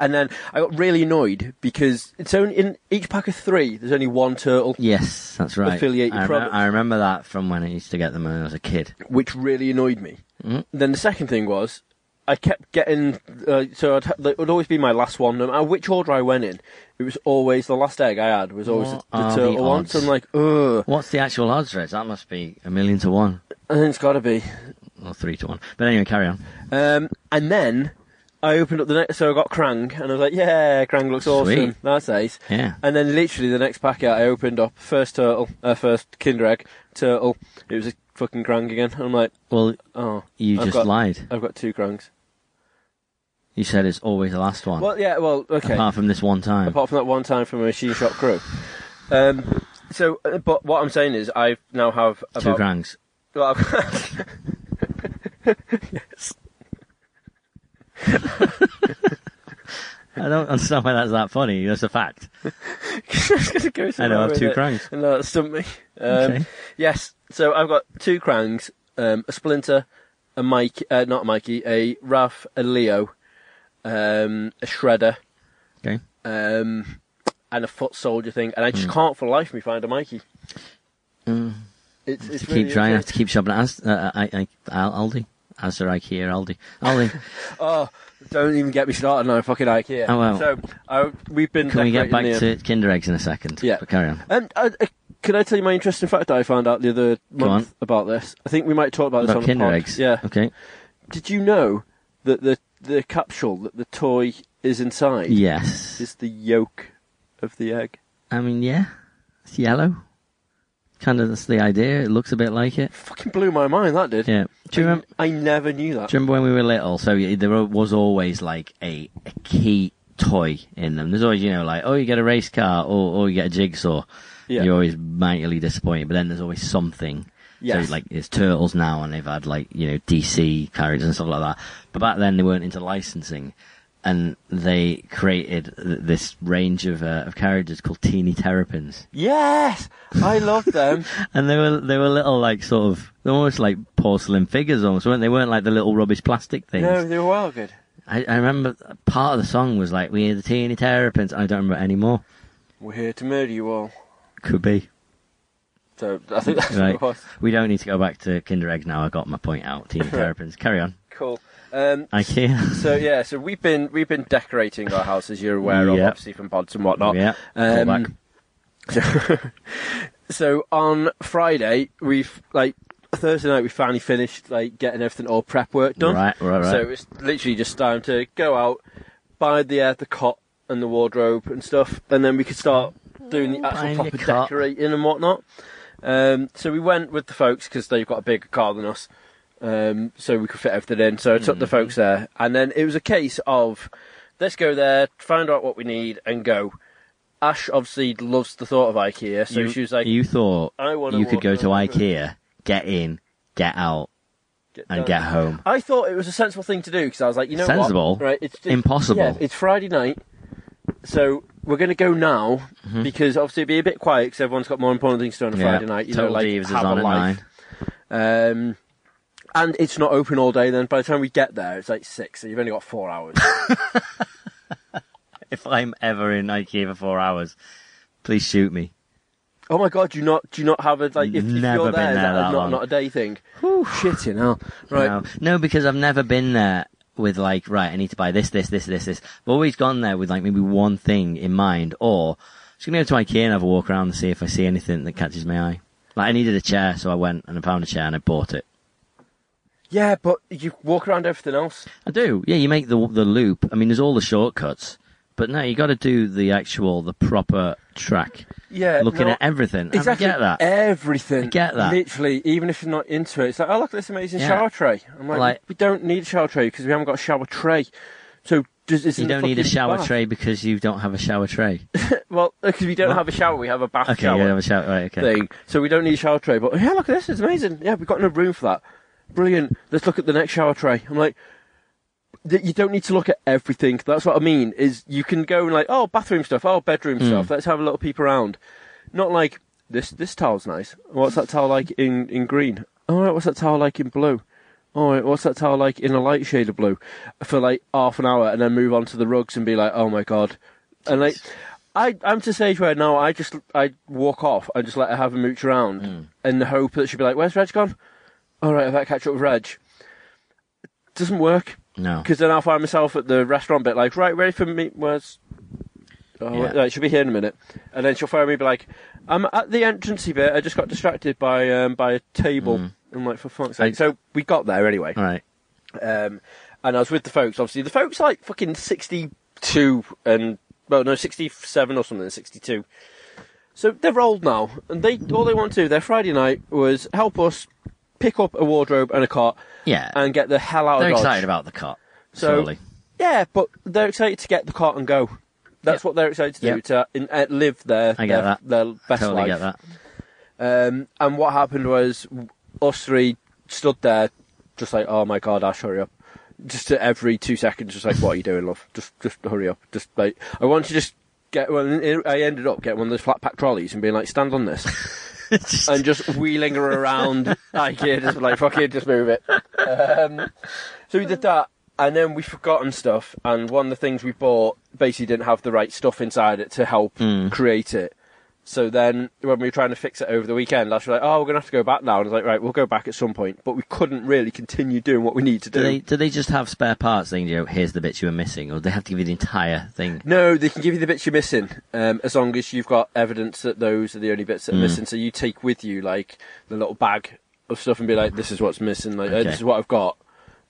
Speaker 2: And then I got really annoyed because it's only in each pack of three. There's only one turtle,
Speaker 3: Yes, that's right.
Speaker 2: Affiliated
Speaker 3: I, remem-
Speaker 2: products.
Speaker 3: I remember that from when I used to get them when I was a kid.
Speaker 2: which really annoyed me.
Speaker 3: Mhm.
Speaker 2: Then the second thing was I kept getting uh, so I'd, ha- it would always be my last one, no matter which order I went in. It was always the last egg I had was always
Speaker 3: What
Speaker 2: the,
Speaker 3: are
Speaker 2: the
Speaker 3: the
Speaker 2: turtle one. So
Speaker 3: odds?
Speaker 2: I'm like, ugh,
Speaker 3: What's the actual odds, Reg? That must be a million to one
Speaker 2: and it's got to be.
Speaker 3: or three to one. But anyway, carry on.
Speaker 2: Um, and then I opened up the next, so I got Krang, and I was like, yeah, Krang looks awesome.
Speaker 3: Sweet.
Speaker 2: That's ace.
Speaker 3: Yeah.
Speaker 2: And then literally the next packet I opened up, first turtle, uh, first Kinder Egg, turtle. It was a fucking Krang again. I'm like,
Speaker 3: Well,
Speaker 2: oh,
Speaker 3: you
Speaker 2: I've
Speaker 3: just
Speaker 2: got-
Speaker 3: lied.
Speaker 2: I've got two Krangs.
Speaker 3: You said it's always the last one,
Speaker 2: Well, yeah, well, okay.
Speaker 3: apart from this one time.
Speaker 2: Apart from that one time from a machine shop crew. Um, so, uh, but what I'm saying is, I now have
Speaker 3: Two
Speaker 2: about.
Speaker 3: grangs.
Speaker 2: Well, I've-
Speaker 3: I don't understand why that's that funny. That's a fact.
Speaker 2: I was going to go
Speaker 3: I
Speaker 2: somewhere
Speaker 3: know. I have
Speaker 2: with
Speaker 3: two
Speaker 2: it.
Speaker 3: grangs.
Speaker 2: And that stumped me. Um,
Speaker 3: Okay.
Speaker 2: Yes, so I've got two Krangs, um, a Splinter, a Mike, uh, not a Mikey, a Raph, a Leo, um, a Shredder,
Speaker 3: Okay.
Speaker 2: um, and a Foot Soldier thing, and I
Speaker 3: Hmm.
Speaker 2: just can't for the life of me find a Mikey.
Speaker 3: Mm.
Speaker 2: It's, it's
Speaker 3: to
Speaker 2: really
Speaker 3: keep trying, I have
Speaker 2: irritating.
Speaker 3: to keep shopping at As- uh, I, I, Al- Aldi. Asda, IKEA, Aldi. Aldi,
Speaker 2: Oh, don't even get me started on fucking IKEA.
Speaker 3: Oh, well.
Speaker 2: So I, we've been.
Speaker 3: can we get back
Speaker 2: decorating the-
Speaker 3: to Kinder Eggs in a second?
Speaker 2: Yeah.
Speaker 3: But carry on.
Speaker 2: And uh, uh, can I tell you my interesting fact that I found out the other month
Speaker 3: on.
Speaker 2: about this? I think we might talk about this
Speaker 3: About
Speaker 2: on
Speaker 3: Kinder
Speaker 2: the pod.
Speaker 3: Eggs? Uh,
Speaker 2: Yeah.
Speaker 3: Okay.
Speaker 2: Did you know that the the capsule that the toy is inside
Speaker 3: Yes.
Speaker 2: is the yolk of the egg?
Speaker 3: I mean, yeah. It's yellow. Kind of that's the idea. It looks a bit like it.
Speaker 2: Fucking blew my mind. That did. Um,
Speaker 3: Yeah. Do you remember?
Speaker 2: I never knew that.
Speaker 3: Do you remember when we were little? So y- there was always like a, a key toy in them. There's always, you know, like, oh, you get a race car or, or you get a jigsaw.
Speaker 2: Yeah.
Speaker 3: You're always mightily disappointed, but then there's always something.
Speaker 2: Yes.
Speaker 3: So like, it's Turtles now and they've had like, you know, DC characters and stuff like that. But back then they weren't into licensing. And they created th- this range of uh, of characters called Teeny Terrapins,
Speaker 2: Yes, I love them.
Speaker 3: and they were they were little like sort of they were almost like porcelain figures almost, weren't they? They Weren't like the little rubbish plastic things.
Speaker 2: no, they were well good.
Speaker 3: I, I remember part of the song was like, "We're the teeny terrapins." I don't remember anymore.
Speaker 2: We're here to murder you all.
Speaker 3: Could be.
Speaker 2: So I think that's what
Speaker 3: Right.
Speaker 2: it was.
Speaker 3: We don't need to go back to Kinder Eggs now. I got my point out. Teeny terrapins. Carry on.
Speaker 2: Cool. Um,
Speaker 3: IKEA.
Speaker 2: So yeah, so we've been we've been decorating our house as you're aware of,
Speaker 3: Yeah.
Speaker 2: obviously from pods and whatnot.
Speaker 3: yeah.
Speaker 2: Um,
Speaker 3: Call back.
Speaker 2: So, so on Friday we've like Thursday night we finally finished like getting everything all prep work done.
Speaker 3: Right, right, right.
Speaker 2: So it's literally just time to go out, buy the uh, the cot and the wardrobe and stuff, and then we could start doing the actual
Speaker 3: Buying
Speaker 2: proper
Speaker 3: your cot.
Speaker 2: decorating and whatnot. Um, so we went with the folks because they've got a bigger car than us,
Speaker 3: Mm-hmm.
Speaker 2: um, so we could fit everything in. So I took the folks there, and then it was a case of let's go there, find out what we need, and go. Ash obviously loves the thought of IKEA, so
Speaker 3: you,
Speaker 2: she was like,
Speaker 3: you thought
Speaker 2: I wanna
Speaker 3: you could
Speaker 2: walk
Speaker 3: go to
Speaker 2: around.
Speaker 3: IKEA, get in, get out, and
Speaker 2: done.
Speaker 3: get home.
Speaker 2: I thought it was a sensible thing to do because I was like, you know
Speaker 3: Sensible?
Speaker 2: what? Right, it's it's-
Speaker 3: Impossible.
Speaker 2: yeah, it's Friday night, so we're going to go now because obviously it'd be a bit quiet because everyone's got more important things to do on a
Speaker 3: Mm-hmm. Yeah,
Speaker 2: Friday night. You
Speaker 3: Total
Speaker 2: know, like
Speaker 3: Divas is
Speaker 2: have
Speaker 3: on
Speaker 2: a
Speaker 3: at
Speaker 2: life.
Speaker 3: nine.
Speaker 2: Um, and it's not open all day. Then by the time we get there, it's like six, so you've only got four hours.
Speaker 3: If I'm ever in IKEA for four hours, please shoot me.
Speaker 2: oh my god, do you not do you not have a like? If, if
Speaker 3: Never
Speaker 2: you're
Speaker 3: been
Speaker 2: there, is
Speaker 3: there
Speaker 2: that, a
Speaker 3: that
Speaker 2: not
Speaker 3: long.
Speaker 2: not a day thing. Shitting hell. Right.
Speaker 3: No. no, because I've never been there with like, right, I need to buy this, this, this, this, this. I've always gone there with like maybe one thing in mind, or just gonna go to IKEA and have a walk around and see if I see anything that catches my eye. Like I needed a chair, so I went and I found a chair and I bought it.
Speaker 2: Yeah, but you walk around everything else.
Speaker 3: I do. Yeah, you make the the loop. I mean, there's all the shortcuts, but no, you got to do the actual, the proper track.
Speaker 2: Yeah,
Speaker 3: looking
Speaker 2: no,
Speaker 3: at everything. And
Speaker 2: Exactly.
Speaker 3: I get that.
Speaker 2: Everything.
Speaker 3: I get that.
Speaker 2: Literally, even if you're not into it, it's like, oh look, this amazing
Speaker 3: Yeah.
Speaker 2: shower tray. I'm like,
Speaker 3: Like-
Speaker 2: we don't need a shower tray because we haven't got a shower tray. So does it's
Speaker 3: You
Speaker 2: in the
Speaker 3: don't need a
Speaker 2: fucking
Speaker 3: shower
Speaker 2: bath.
Speaker 3: tray because you don't have a shower tray.
Speaker 2: Well, because we don't have a shower, we have a bath
Speaker 3: Okay,
Speaker 2: shower
Speaker 3: you don't have a shower. Right, okay.
Speaker 2: thing. So we don't need a shower tray. But yeah, look at this, it's amazing. Yeah, we've got no room for that. Brilliant. Let's look at the next shower tray. I'm like. th- You don't need to look at everything. That's what I mean. Is you can go and like, oh, bathroom stuff, oh, bedroom stuff. Let's have a little peep around. Not like this. This towel's nice. What's that towel like in in green? All right, what's that towel like in blue? All right, what's that towel like in a light shade of blue? For like half an hour, and then move on to the rugs and be like, oh my god, and like. I, I'm to a stage where now I just I walk off and just let her have a mooch around in the hope that she'll be like, "Where's Reg gone?" All right, I've got to catch up with Reg. doesn't work
Speaker 3: No.
Speaker 2: because then I'll find myself at the restaurant bit like, right, ready for me? Where's? Oh,
Speaker 3: Yeah.
Speaker 2: right, she'll be here in a minute, and then she'll phone me, be like, "I'm at the entrancey bit. I just got distracted by um, by a table."
Speaker 3: Mm.
Speaker 2: I'm like, "For fuck's sake!"
Speaker 3: I-
Speaker 2: So we got there anyway,
Speaker 3: All right.
Speaker 2: um, and I was with the folks. Obviously, the folks like fucking sixty-two and well, no, sixty-seven or something, sixty-two. So they're old now, and they all they want to do their Friday night was help us pick up a wardrobe and a cot
Speaker 3: Yeah.
Speaker 2: and get the hell out
Speaker 3: They're
Speaker 2: of Dodge.
Speaker 3: excited about the cot.
Speaker 2: So-
Speaker 3: surely.
Speaker 2: Yeah, but they're excited to get the cart and go. That's
Speaker 3: Yep.
Speaker 2: what they're excited to do
Speaker 3: Yep.
Speaker 2: to in, uh, live their
Speaker 3: I get
Speaker 2: their,
Speaker 3: that.
Speaker 2: their best
Speaker 3: totally
Speaker 2: life.
Speaker 3: get that.
Speaker 2: Um, and what happened was us three stood there, just like, oh my god, Ash, hurry up. Just to every two seconds, just like, what are you doing, love? Just, just hurry up. Just like, I want to just get. Well, I ended up getting one of those flat pack trolleys and being like, stand on this, and just wheeling her around IKEA, just like, fuck it, just move it. Um, so we did that, and then we forgot and stuff. And one of the things we bought basically didn't have the right stuff inside it to help create it. So then, when we were trying to fix it over the weekend, I was like, "Oh, we're gonna have to go back now." And I was like, "Right, we'll go back at some point," but we couldn't really continue doing what we need to do.
Speaker 3: Do they do they just have spare parts? Thing, you know, here's the bits you were missing, or do they have to give you the entire thing?
Speaker 2: No, they can give you the bits you're missing, um, as long as you've got evidence that those are the only bits that are missing. So you take with you like the little bag of stuff and be like, "This is what's missing. Like uh,
Speaker 3: Okay.
Speaker 2: this is what I've got.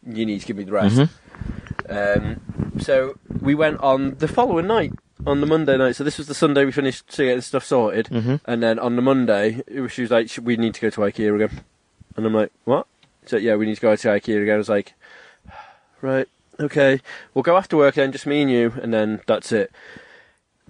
Speaker 2: You need to give me the rest." Um, so we went on the following night on the Monday night. So this was the Sunday we finished so getting stuff sorted, and then on the Monday it was- she was like, "Sh- "We need to go to IKEA again," and I'm like, "What?" So yeah, we need to go to IKEA again. I was like, "Right, okay, we'll go after work then, just me and you, and then that's it."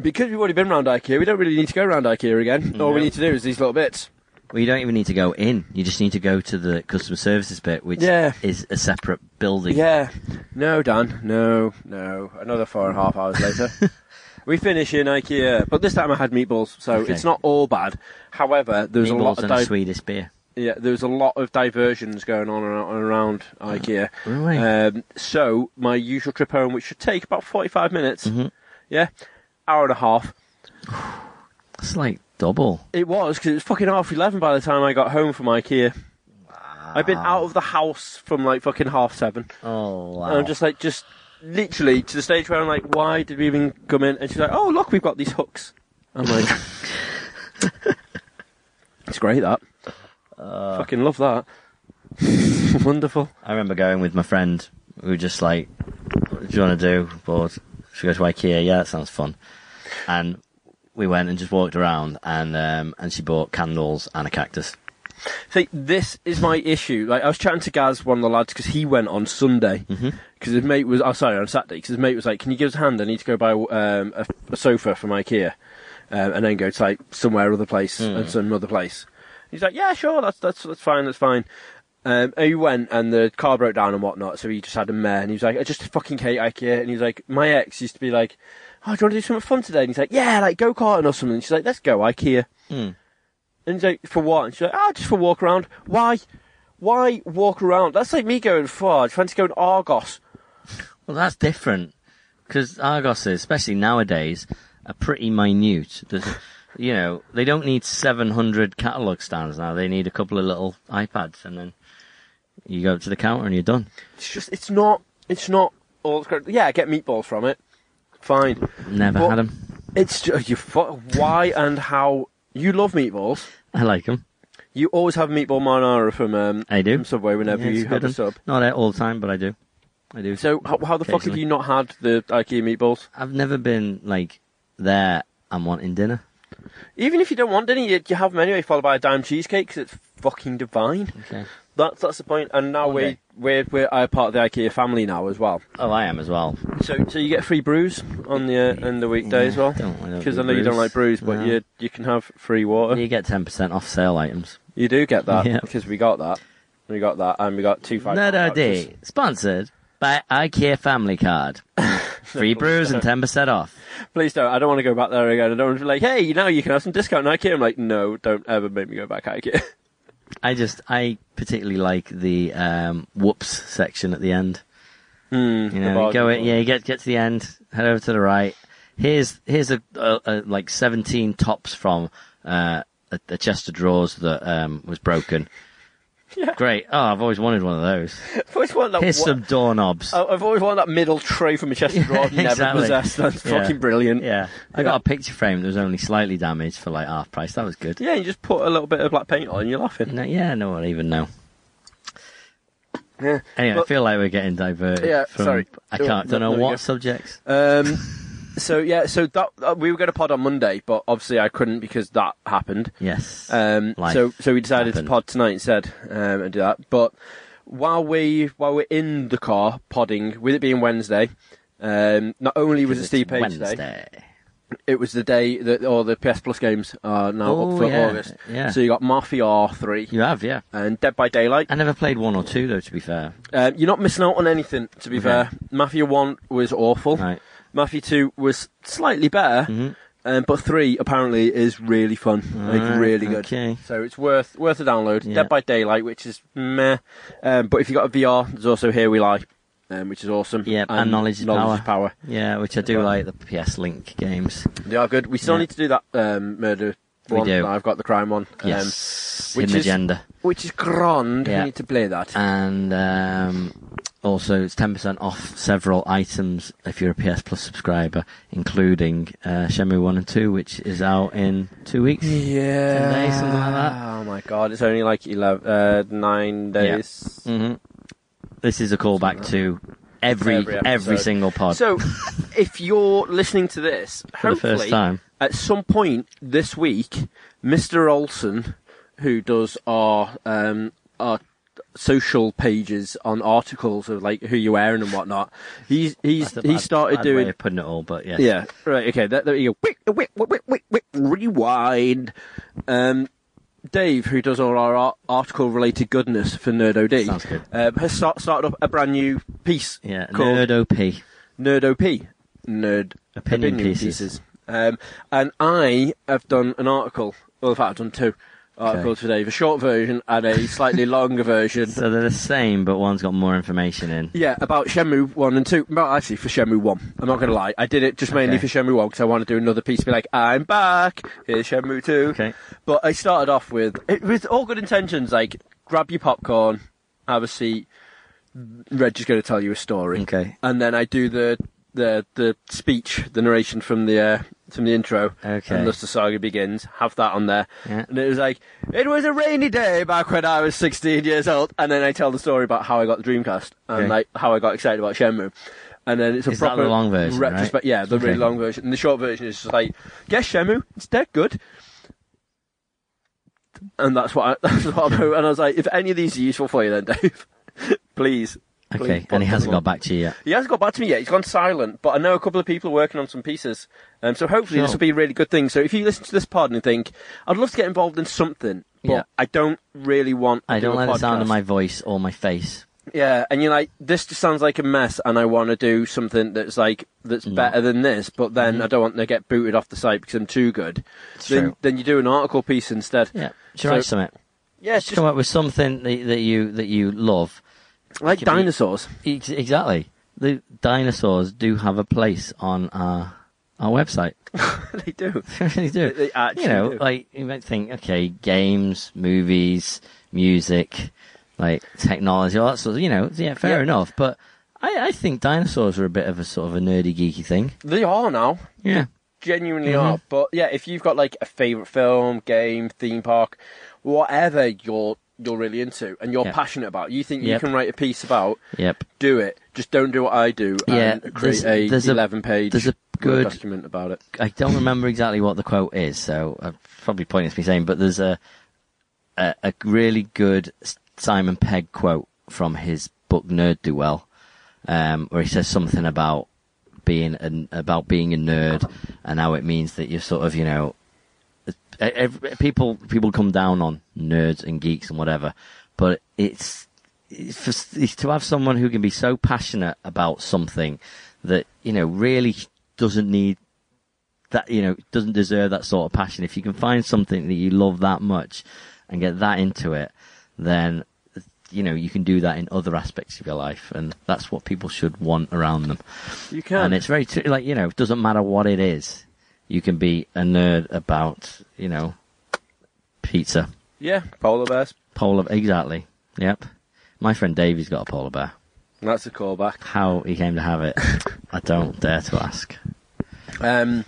Speaker 2: Because we've already been round IKEA, we don't really need to go round IKEA again. All we need to do is these little bits.
Speaker 3: Well, you don't even need to go in. You just need to go to the customer services bit, which
Speaker 2: Yeah.
Speaker 3: is a separate building.
Speaker 2: Yeah. No, Dan. No, no. Another four and a half hours later. we finish in IKEA, but this time I had meatballs, so
Speaker 3: Okay.
Speaker 2: it's not all bad. However, there was a lot
Speaker 3: Meatballs
Speaker 2: of
Speaker 3: and a
Speaker 2: di-
Speaker 3: Swedish beer.
Speaker 2: yeah, there was a lot of diversions going on and around IKEA.
Speaker 3: Oh, Really?
Speaker 2: Um, so my usual trip home, which should take about forty-five minutes,
Speaker 3: Mm-hmm.
Speaker 2: yeah, hour and a half.
Speaker 3: That's like double.
Speaker 2: It was because it was fucking half eleven by the time I got home from IKEA. I've been out of the house from like fucking half seven.
Speaker 3: Oh wow!
Speaker 2: And I'm just like, just literally to the stage where I'm like, why did we even come in? And she's like, oh, look, we've got these hooks. I'm like, it's great that.
Speaker 3: Uh.
Speaker 2: Fucking love that. Wonderful.
Speaker 3: I remember going with my friend. We were just like, "What do you want to do? Bored? Should we go to IKEA? Yeah, that sounds fun." And we went and just walked around, and um, and she bought candles and a cactus.
Speaker 2: See, this is my issue. Like, I was chatting to Gaz, one of the lads, because he went on Sunday because his mate was. Oh, sorry, on Saturday because his mate was like, "Can you give us a hand? I need to go buy um, a, a sofa from IKEA, um, and then go to like somewhere other place and some other place." He's like, "Yeah, sure, that's that's that's fine, that's fine." Um, and he went, and the car broke down and whatnot, so he just had a mare, and he was like, "I just fucking hate IKEA," and he was like, "My ex used to be like." Oh, do you want to do something fun today? And he's like, yeah, like go karting or something. And she's like, let's go IKEA. And he's like, for what? And she's like, ah, just for a walk around. Why? Why walk around? That's like me going far. I fancy going Argos.
Speaker 3: Well, that's different because Argos is, especially nowadays, are pretty minute. There's, you know, they don't need 700 catalog stands now. They need a couple of little iPads, and then you go up to the counter and you're done.
Speaker 2: It's just, it's not, it's not all. it's correct. Yeah, I get meatballs from it. Fine.
Speaker 3: Never
Speaker 2: But
Speaker 3: had 'em. had them.
Speaker 2: It's just, you fu- why and how you love meatballs.
Speaker 3: I like them.
Speaker 2: You always have meatball marinara from um
Speaker 3: I do.
Speaker 2: from Subway whenever
Speaker 3: Yeah, it's
Speaker 2: you
Speaker 3: a
Speaker 2: have
Speaker 3: good
Speaker 2: a
Speaker 3: one.
Speaker 2: sub.
Speaker 3: Not at all the time, but I do. I do.
Speaker 2: So how, how the fuck have
Speaker 3: Occasionally.
Speaker 2: you not had the IKEA meatballs?
Speaker 3: I've never been like there. I'm wanting dinner.
Speaker 2: Even if you don't want any, you, you have them anyway, followed by a dime cheesecake 'cause it's fucking divine.
Speaker 3: Okay.
Speaker 2: That's that's the point. And now
Speaker 3: Okay.
Speaker 2: we we're we're uh, part of the IKEA family now as well.
Speaker 3: Oh, I am as well.
Speaker 2: So so you get free brews on the uh, on the weekday as
Speaker 3: Yeah,
Speaker 2: well.
Speaker 3: don't- I don't
Speaker 2: Because
Speaker 3: do
Speaker 2: I know you don't
Speaker 3: brews.
Speaker 2: like brews, but
Speaker 3: No.
Speaker 2: you you can have free water.
Speaker 3: You get 10% off sale items.
Speaker 2: You do get that
Speaker 3: Yeah.
Speaker 2: because we got that. We got that, and we got two five.
Speaker 3: Nerd
Speaker 2: pound vouchers.
Speaker 3: ID. Sponsored by IKEA Family Card. Free brews and 10% off.
Speaker 2: Please don't. I don't want to go back there again. I don't want to be like, hey, now you can have some discount at IKEA. I'm like, no, don't ever make me go back IKEA.
Speaker 3: I just, I particularly like the um, whoops section at the end.
Speaker 2: mm,
Speaker 3: You
Speaker 2: the
Speaker 3: know, you
Speaker 2: bargain
Speaker 3: go in,
Speaker 2: bin.
Speaker 3: yeah, you get get to the end, head over to the right. Here's here's a, a, a like 17 tops from uh, a, a chest of drawers that um, was broken.
Speaker 2: Yeah.
Speaker 3: Great. Oh, I've always wanted one of those.
Speaker 2: I've always wanted that.
Speaker 3: Here's
Speaker 2: wa-
Speaker 3: some doorknobs.
Speaker 2: I- I've always wanted that middle tray from a chest of drawers I've never
Speaker 3: Exactly.
Speaker 2: possessed. That's
Speaker 3: Yeah.
Speaker 2: fucking brilliant.
Speaker 3: Yeah. I got a picture frame that was only slightly damaged for like half price. That was good.
Speaker 2: Yeah, you just put a little bit of black paint on, and you're laughing.
Speaker 3: No, yeah, no one even know.
Speaker 2: Yeah.
Speaker 3: Anyway, I
Speaker 2: But-
Speaker 3: feel like we're getting diverted.
Speaker 2: Yeah,
Speaker 3: from,
Speaker 2: sorry.
Speaker 3: I
Speaker 2: No,
Speaker 3: can't. Don't
Speaker 2: no,
Speaker 3: know
Speaker 2: no,
Speaker 3: what
Speaker 2: you go.
Speaker 3: subjects.
Speaker 2: Um, so yeah, so that uh, we were going to pod on Monday, but obviously I couldn't because that happened.
Speaker 3: Yes.
Speaker 2: Um,
Speaker 3: Life
Speaker 2: so so we decided
Speaker 3: happened.
Speaker 2: to pod tonight instead um, and do that. But while we while we're in the car podding, with it being Wednesday, um, not only was it
Speaker 3: It's
Speaker 2: Steve Page Day,
Speaker 3: Wednesday.
Speaker 2: it was the day that all the PS Plus games are now
Speaker 3: Oh,
Speaker 2: up for
Speaker 3: yeah,
Speaker 2: August.
Speaker 3: yeah.
Speaker 2: So you got Mafia R three
Speaker 3: You have, yeah.
Speaker 2: and Dead by Daylight.
Speaker 3: I never played one or two though. To be fair,
Speaker 2: Um, you're not missing out on anything, to be
Speaker 3: Okay.
Speaker 2: fair. Mafia 1 was awful.
Speaker 3: Right.
Speaker 2: Mafia 2 was slightly better.
Speaker 3: Mm-hmm.
Speaker 2: Um, but 3 apparently is really fun. like,
Speaker 3: Alright,
Speaker 2: really good.
Speaker 3: okay.
Speaker 2: So it's worth worth a download.
Speaker 3: Yeah.
Speaker 2: Dead by Daylight, which is meh. Um, but if you've got a VR, there's also Here We Lie, um, which is awesome.
Speaker 3: Yeah, and Knowledge is
Speaker 2: knowledge Is power.
Speaker 3: yeah, which I do like the PS Link games.
Speaker 2: They are good. We still
Speaker 3: Yeah.
Speaker 2: need to do that um, murder
Speaker 3: We
Speaker 2: one.
Speaker 3: do.
Speaker 2: I've got the crime one.
Speaker 3: Yes,
Speaker 2: Um, which
Speaker 3: Hidden
Speaker 2: is-
Speaker 3: Agenda,
Speaker 2: Um, which is grand.
Speaker 3: Yeah.
Speaker 2: We need to play that.
Speaker 3: and um, also it's ten percent off several items if you're a PS Plus subscriber, including uh, Shenmue One and Two, which is out in two weeks.
Speaker 2: yeah.
Speaker 3: days, something like that.
Speaker 2: Oh my god, it's only like 11, uh, 9
Speaker 3: Yeah.
Speaker 2: days.
Speaker 3: hmm This is a callback to every
Speaker 2: Mm-hmm. Every
Speaker 3: every,
Speaker 2: episode.
Speaker 3: single pod
Speaker 2: So, if you're listening to this,
Speaker 3: for the
Speaker 2: hopefully,
Speaker 3: first time.
Speaker 2: at some point this week, Mr. Olson, who does our um, our social pages on articles of like who you're wearing and whatnot, he's he's
Speaker 3: That's a
Speaker 2: he
Speaker 3: bad-
Speaker 2: started
Speaker 3: bad
Speaker 2: doing
Speaker 3: way of putting it all, but yes.
Speaker 2: yeah. Right. Okay. That, there you go. Wick, wick, wick, wick, wick, wick, rewind. Um, Dave, who does all our art- article-related goodness for Nerd OD,
Speaker 3: Sounds good.
Speaker 2: um, has start, started up a brand new piece
Speaker 3: yeah.
Speaker 2: called
Speaker 3: Nerd OP.
Speaker 2: Nerd OP, Nerd
Speaker 3: Opinion pieces.
Speaker 2: Um, and I have done an article. Well, in fact, I've done two articles today: a short version and a slightly longer version.
Speaker 3: So they're the same, but one's got more information in.
Speaker 2: Yeah, about Shenmue 1 and 2. Well, actually, for Shenmue 1. I'm not going to lie. I did it just mainly
Speaker 3: Okay.
Speaker 2: for Shenmue 1 because I want to do another piece, be like, I'm back. Here's Shenmue 2.
Speaker 3: Okay.
Speaker 2: But I started off with, it with all good intentions, like, grab your popcorn, have a seat. Reg is going to tell you a story.
Speaker 3: Okay.
Speaker 2: And then I do the, the, the speech, the narration from the, uh, from the intro.
Speaker 3: Okay.
Speaker 2: And thus the saga begins. Have that on there.
Speaker 3: Yeah.
Speaker 2: And it was like, it was a rainy day back when I was 16 years old. And then I tell the story about how I got the Dreamcast and
Speaker 3: Okay.
Speaker 2: like how I got excited about Shenmue. And then it's a
Speaker 3: Is that
Speaker 2: proper
Speaker 3: the long version, right?
Speaker 2: retrospect. Yeah, the really
Speaker 3: Okay.
Speaker 2: long version. And the short version is just like, yes, Shenmue, it's dead good. and that's what I, that's what I wrote. And I was like, if any of these are useful for you, then Dave, please. please
Speaker 3: Okay,
Speaker 2: put
Speaker 3: and he
Speaker 2: them
Speaker 3: hasn't
Speaker 2: on.
Speaker 3: got back to you yet.
Speaker 2: He hasn't got back to me yet. He's gone silent, but I know a couple of people are working on some pieces. Um, so hopefully this
Speaker 3: Sure.
Speaker 2: will be a really good thing. So if you listen to this pod and think, I'd love to get involved in something, but
Speaker 3: Yeah.
Speaker 2: I don't really want. To
Speaker 3: I
Speaker 2: do
Speaker 3: don't
Speaker 2: a
Speaker 3: like the sound of
Speaker 2: podcast."
Speaker 3: my voice or my face.
Speaker 2: Yeah, and you're like, this just sounds like a mess, and I want to do something that's like that's better than this, but then I don't want to get booted off the site because I'm too good.
Speaker 3: Mm-hmm. It's
Speaker 2: then,
Speaker 3: true.
Speaker 2: then you do an article piece instead.
Speaker 3: Yeah, should
Speaker 2: So-
Speaker 3: write something.
Speaker 2: Yeah, it's
Speaker 3: Just
Speaker 2: just
Speaker 3: come up with something that, that you that you love.
Speaker 2: like
Speaker 3: give me-
Speaker 2: dinosaurs.
Speaker 3: Ex- exactly. The dinosaurs do have a place on our our website.
Speaker 2: they do.
Speaker 3: They really do.
Speaker 2: They actually
Speaker 3: you know,
Speaker 2: do.
Speaker 3: like you might think, okay, games, movies, music, like technology, all that sort of. You know, yeah, fair
Speaker 2: Yeah.
Speaker 3: enough. But I, I think dinosaurs are a bit of a sort of a nerdy, geeky thing.
Speaker 2: They are now.
Speaker 3: Yeah.
Speaker 2: genuinely
Speaker 3: Mhm.
Speaker 2: are. But yeah, if you've got like a favorite film, game, theme park, whatever you're you're really into and you're
Speaker 3: Yep.
Speaker 2: passionate about, you think you
Speaker 3: Yep.
Speaker 2: can write a piece about,
Speaker 3: Yep.
Speaker 2: do it. Just don't do what I do and
Speaker 3: Yeah,
Speaker 2: create
Speaker 3: there's-
Speaker 2: a
Speaker 3: there's a-
Speaker 2: eleven page
Speaker 3: there's
Speaker 2: Word
Speaker 3: a good-
Speaker 2: document about it.
Speaker 3: I don't remember exactly what the quote is, so I'm probably pointless me saying, but there's a, a a really good S- Simon Pegg quote from his book Nerd Do Well, um, where he says something about being an about being a nerd and how it means that you're sort of you know e- ev people people come down on nerds and geeks and whatever, but it's, it's, for, it's to have someone who can be so passionate about something that you know really doesn't need that you know doesn't deserve that sort of passion. If you can find something that you love that much and get that into it, then you know you can do that in other aspects of your life, and that's what people should want around them.
Speaker 2: You can.
Speaker 3: And it's very tr- like you know it doesn't matter what it is. You can be a nerd about you know pizza,
Speaker 2: yeah, polar bears.
Speaker 3: polar exactly. Yep, my friend Davey's got a polar bear.
Speaker 2: That's a callback.
Speaker 3: How he came to have it, I don't dare to ask.
Speaker 2: Um,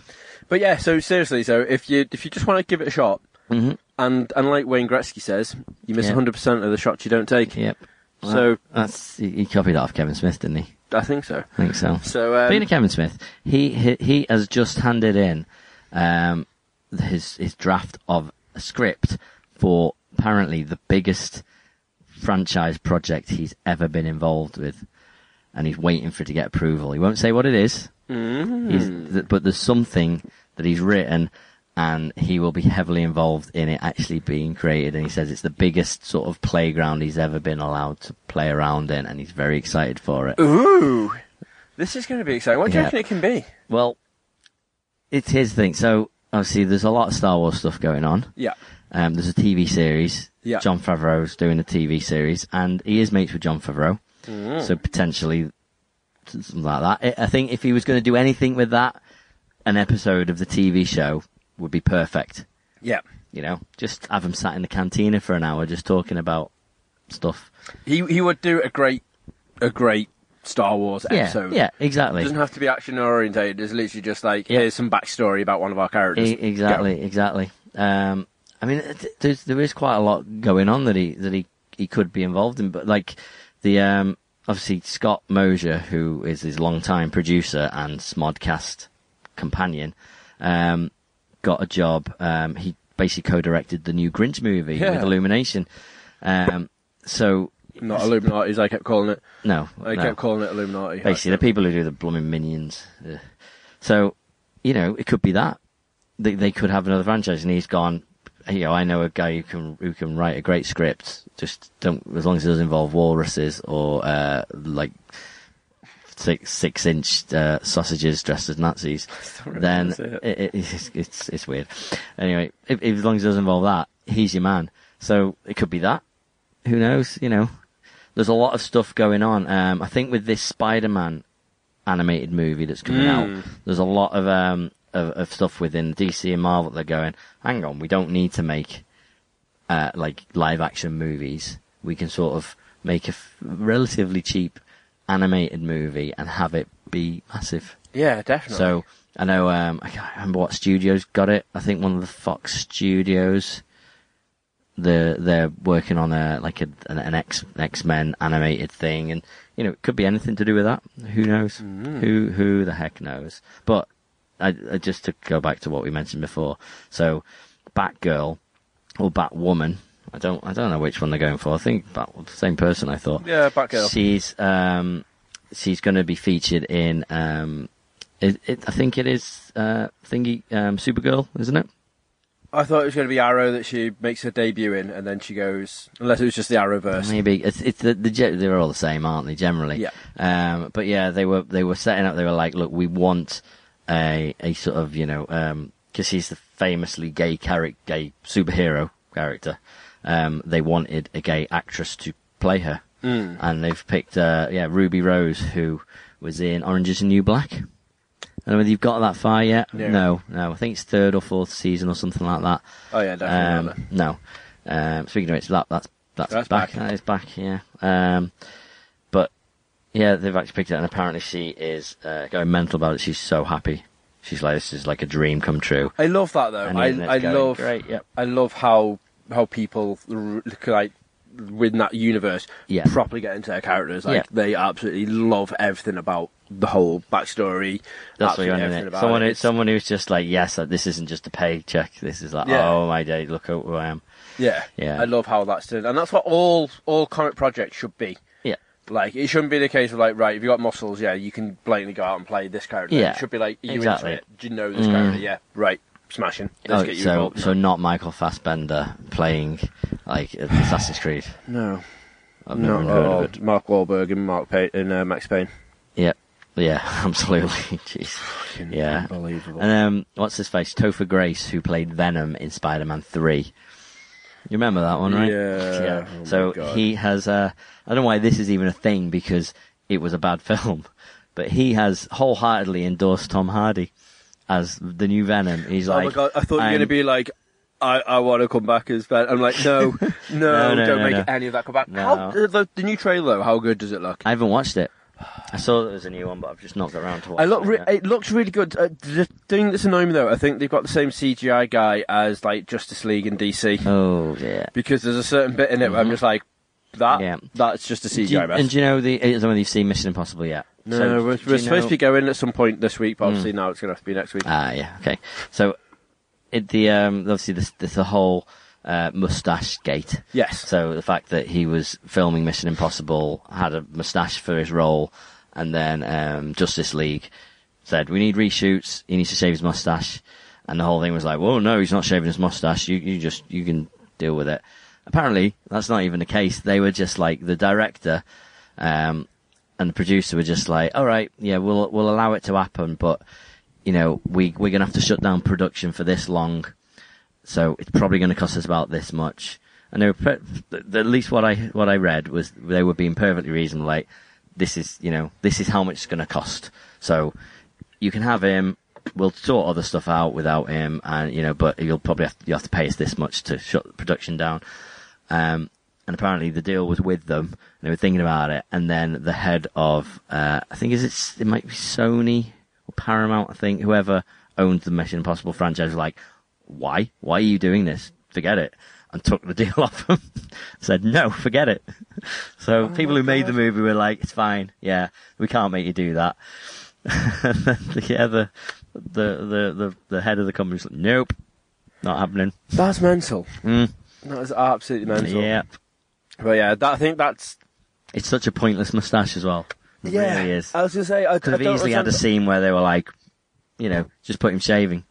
Speaker 2: but yeah, so seriously, so if you if you just want to give it a shot,
Speaker 3: hmm
Speaker 2: and and like Wayne Gretzky says, you miss
Speaker 3: Yeah.
Speaker 2: hundred percent of the shots you don't take.
Speaker 3: Yep.
Speaker 2: So
Speaker 3: That's he he copied that off Kevin Smith, didn't he?
Speaker 2: I think so.
Speaker 3: I think so.
Speaker 2: So um,
Speaker 3: Speaking of Kevin Smith, he he, he has just handed in um, his his draft of a script for apparently the biggest franchise project he's ever been involved with, and he's waiting for it to get approval. He won't say what it is,
Speaker 2: Mm.
Speaker 3: He's- th- but there's something that he's written, and he will be heavily involved in it actually being created. And he says it's the biggest sort of playground he's ever been allowed to play around in, and he's very excited for it.
Speaker 2: Ooh, this is going to be exciting. What do you
Speaker 3: Yeah.
Speaker 2: reckon it can be?
Speaker 3: Well, it's his thing. So obviously, there's a lot of Star Wars stuff going on.
Speaker 2: Yeah.
Speaker 3: Um, there's a TV series.
Speaker 2: Yeah.
Speaker 3: John Favreau's doing a TV series, and he is mates with John Favreau,
Speaker 2: Mm.
Speaker 3: so potentially something like that. I I think if he was going to do anything with that, an episode of the TV show would be perfect.
Speaker 2: Yeah.
Speaker 3: You know, just have him sat in the cantina for an hour, just talking about stuff.
Speaker 2: He he would do a great a great Star Wars episode.
Speaker 3: yeah, yeah,
Speaker 2: It
Speaker 3: exactly.
Speaker 2: doesn't have to be action orientated. It's literally just like
Speaker 3: Yeah.
Speaker 2: here's some backstory about one of our characters.
Speaker 3: E- exactly, exactly. Um, I mean, th- there's, there is quite a lot going on that he that he, he could be involved in, but like the um, obviously Scott Mosier, who is his longtime producer and Smodcast companion, um, got a job. Um, he basically co-directed the new Grinch movie
Speaker 2: Yeah.
Speaker 3: with Illumination. Um, so
Speaker 2: Go. Not Illuminati, as I kept calling it.
Speaker 3: no,
Speaker 2: I
Speaker 3: no.
Speaker 2: kept calling it Illuminati.
Speaker 3: Basically, the people who do the blooming minions. Ugh. So, you know, it could be that they, they could have another franchise, and he's gone. You know, I know a guy who can who can write a great script. Just don't as long as it doesn't involve walruses or uh, like six six inch uh, sausages dressed as Nazis.
Speaker 2: really
Speaker 3: then
Speaker 2: that's it.
Speaker 3: it, it, it's, it's it's weird. Anyway, if, if as long as it doesn't involve that, he's your man. So it could be that. Who knows? You know, there's a lot of stuff going on. Um, I think with this Spider-Man animated movie that's coming
Speaker 2: Hmm.
Speaker 3: out, there's a lot of um of, of stuff within DC and Marvel that are going. Hang on, we don't need to make uh, like live action movies. We can sort of make a f- relatively cheap animated movie and have it be massive.
Speaker 2: yeah, definitely.
Speaker 3: So I know um, I can't remember what studios got it. I think one of the Fox studios. They're they're working on a like a, an, an X X Men animated thing, and you know it could be anything to do with that. Who knows?
Speaker 2: Mm-hmm.
Speaker 3: Who who the heck knows? But I, I just to go back to what we mentioned before. So Batgirl or Batwoman. I don't I don't know which one they're going for. I think Bat the same person. I thought.
Speaker 2: Yeah, Batgirl.
Speaker 3: She's um, she's going to be featured in um, it, it, I think it is uh, thingy um, Supergirl, isn't it?
Speaker 2: I thought it was going to be Arrow that she makes her debut in, and then she goes. Unless it was just the Arrowverse.
Speaker 3: Maybe it's, it's the, the ge- they're all the same, aren't they? Generally,
Speaker 2: Yeah.
Speaker 3: Um, but yeah, they were they were setting up. They were like, look, we want a a sort of you know because he's the famously gay character, gay superhero character. Um, they wanted a gay actress to play her,
Speaker 2: Mm.
Speaker 3: and they've picked uh, yeah Ruby Rose who was in Orange Is the New Black. I don't know whether you've got that far yet.
Speaker 2: No.
Speaker 3: No, no. I think it's third or fourth season or something like that.
Speaker 2: Oh yeah, definitely.
Speaker 3: Um, no. Um, speaking of which, that, that's that's,
Speaker 2: That's
Speaker 3: back.
Speaker 2: back.
Speaker 3: That is back. Yeah. Um, but yeah, they've actually picked it, and apparently she is uh, going mental about it. She's so happy. She's like, this is like a dream come true.
Speaker 2: I love that though.
Speaker 3: And
Speaker 2: I
Speaker 3: internet's
Speaker 2: I
Speaker 3: going
Speaker 2: love
Speaker 3: great, yep.
Speaker 2: I love how how people r- like within that universe
Speaker 3: Yeah.
Speaker 2: properly get into their characters. Like
Speaker 3: Yeah.
Speaker 2: they absolutely love everything about the whole backstory.
Speaker 3: That's what
Speaker 2: absolutely
Speaker 3: you want,
Speaker 2: everything
Speaker 3: isn't it?
Speaker 2: about
Speaker 3: Someone,
Speaker 2: it.
Speaker 3: who, someone who's just like, yes, uh, this isn't just a paycheck. This is like,
Speaker 2: Yeah.
Speaker 3: oh my day, look at who I am.
Speaker 2: Yeah,
Speaker 3: Yeah.
Speaker 2: I love how that's done, and that's what all all comic projects should be.
Speaker 3: Yeah.
Speaker 2: Like it shouldn't be the case of like right, if you got muscles, yeah, you can blatantly go out and play this character.
Speaker 3: Yeah,
Speaker 2: it should be like are you
Speaker 3: exactly. Mm.
Speaker 2: into it? Do you know this character? Yeah, right, smashing. Let's
Speaker 3: Oh,
Speaker 2: get you
Speaker 3: so,
Speaker 2: involved.
Speaker 3: so not Michael Fassbender playing like Assassin's Creed.
Speaker 2: no,
Speaker 3: I've never
Speaker 2: no,
Speaker 3: even heard of it.
Speaker 2: Mark Wahlberg and Mark Pay- and uh, Max Payne.
Speaker 3: Yeah, yeah, absolutely. Jeez, yeah,
Speaker 2: unbelievable.
Speaker 3: And um, what's his face? Topher Grace, who played Venom in Spider-Man Three. You remember that one, right?
Speaker 2: Yeah. Oh my
Speaker 3: so
Speaker 2: God.
Speaker 3: he has. Uh, I don't know why this is even a thing because it was a bad film, but he has wholeheartedly endorsed Tom Hardy as the new Venom. He's like,
Speaker 2: oh my god, I thought you were
Speaker 3: I'm-
Speaker 2: going to be like. I, I want to come back as Ben. I'm like, no, no,
Speaker 3: no,
Speaker 2: don't
Speaker 3: no,
Speaker 2: make
Speaker 3: no.
Speaker 2: any of that come back.
Speaker 3: No.
Speaker 2: How, the, the, the new trailer, though, how good does it look?
Speaker 3: I haven't watched it. I saw there was a new one, but I've just not got around to watching
Speaker 2: I look.
Speaker 3: it.
Speaker 2: Re-
Speaker 3: yet.
Speaker 2: it looks really good. Uh, the thing that's annoying me though, I think they've got the same CGI guy as like Justice League and DC
Speaker 3: oh yeah.
Speaker 2: because there's a certain bit in it where I'm just like, that.
Speaker 3: mm-hmm. Yeah.
Speaker 2: That's just a
Speaker 3: Do you-
Speaker 2: CGI mess.
Speaker 3: and do you know the? I don't know whether you've seen Mission Impossible yet.
Speaker 2: no,
Speaker 3: So,
Speaker 2: we're,
Speaker 3: do
Speaker 2: we're
Speaker 3: you
Speaker 2: supposed
Speaker 3: know- Mm.
Speaker 2: to be going at some point this week, but obviously now it's going to have to be next week.
Speaker 3: Ah, yeah, okay. So, it, the um, obviously this, this the whole uh, mustache gate.
Speaker 2: Yes.
Speaker 3: So the fact that he was filming Mission Impossible had a mustache for his role, and then um, Justice League said we need reshoots. He needs to shave his mustache, and the whole thing was like, whoa, no, he's not shaving his mustache. You you just you can deal with it. Apparently, that's not even the case. They were just like the director. Um, and the producer were just like, "All right, yeah, we'll we'll allow it to happen, but you know, we we're gonna have to shut down production for this long, so it's probably gonna cost us about this much." And they were pre- th- at least what I what I read was they were being perfectly reasonable. Like, this is you know this is how much it's gonna cost, so you can have him. We'll sort other stuff out without him, and you know, but you'll probably have to, you have to pay us this much to shut the production down. Um, and apparently the deal was with them. And they were thinking about it, and then the head of uh, I think is it it might be Sony or Paramount, I think whoever owned the Mission Impossible franchise was like, why? Why are you doing this? Forget it. And took the deal off them. Said no, forget it. So
Speaker 2: Oh
Speaker 3: people who made the movie were like, it's fine. Yeah, we can't make you do that. yeah, the, the the the the head of the company's like, nope, not happening.
Speaker 2: That's mental.
Speaker 3: Mm,
Speaker 2: That is absolutely mental.
Speaker 3: yeah.
Speaker 2: But yeah, that, I think that's.
Speaker 3: It's such a pointless moustache as well. It
Speaker 2: yeah.
Speaker 3: really is.
Speaker 2: I was going to say, I, I
Speaker 3: Could have
Speaker 2: don't
Speaker 3: easily had
Speaker 2: understand-
Speaker 3: a scene where they were like, you know, just put him shaving.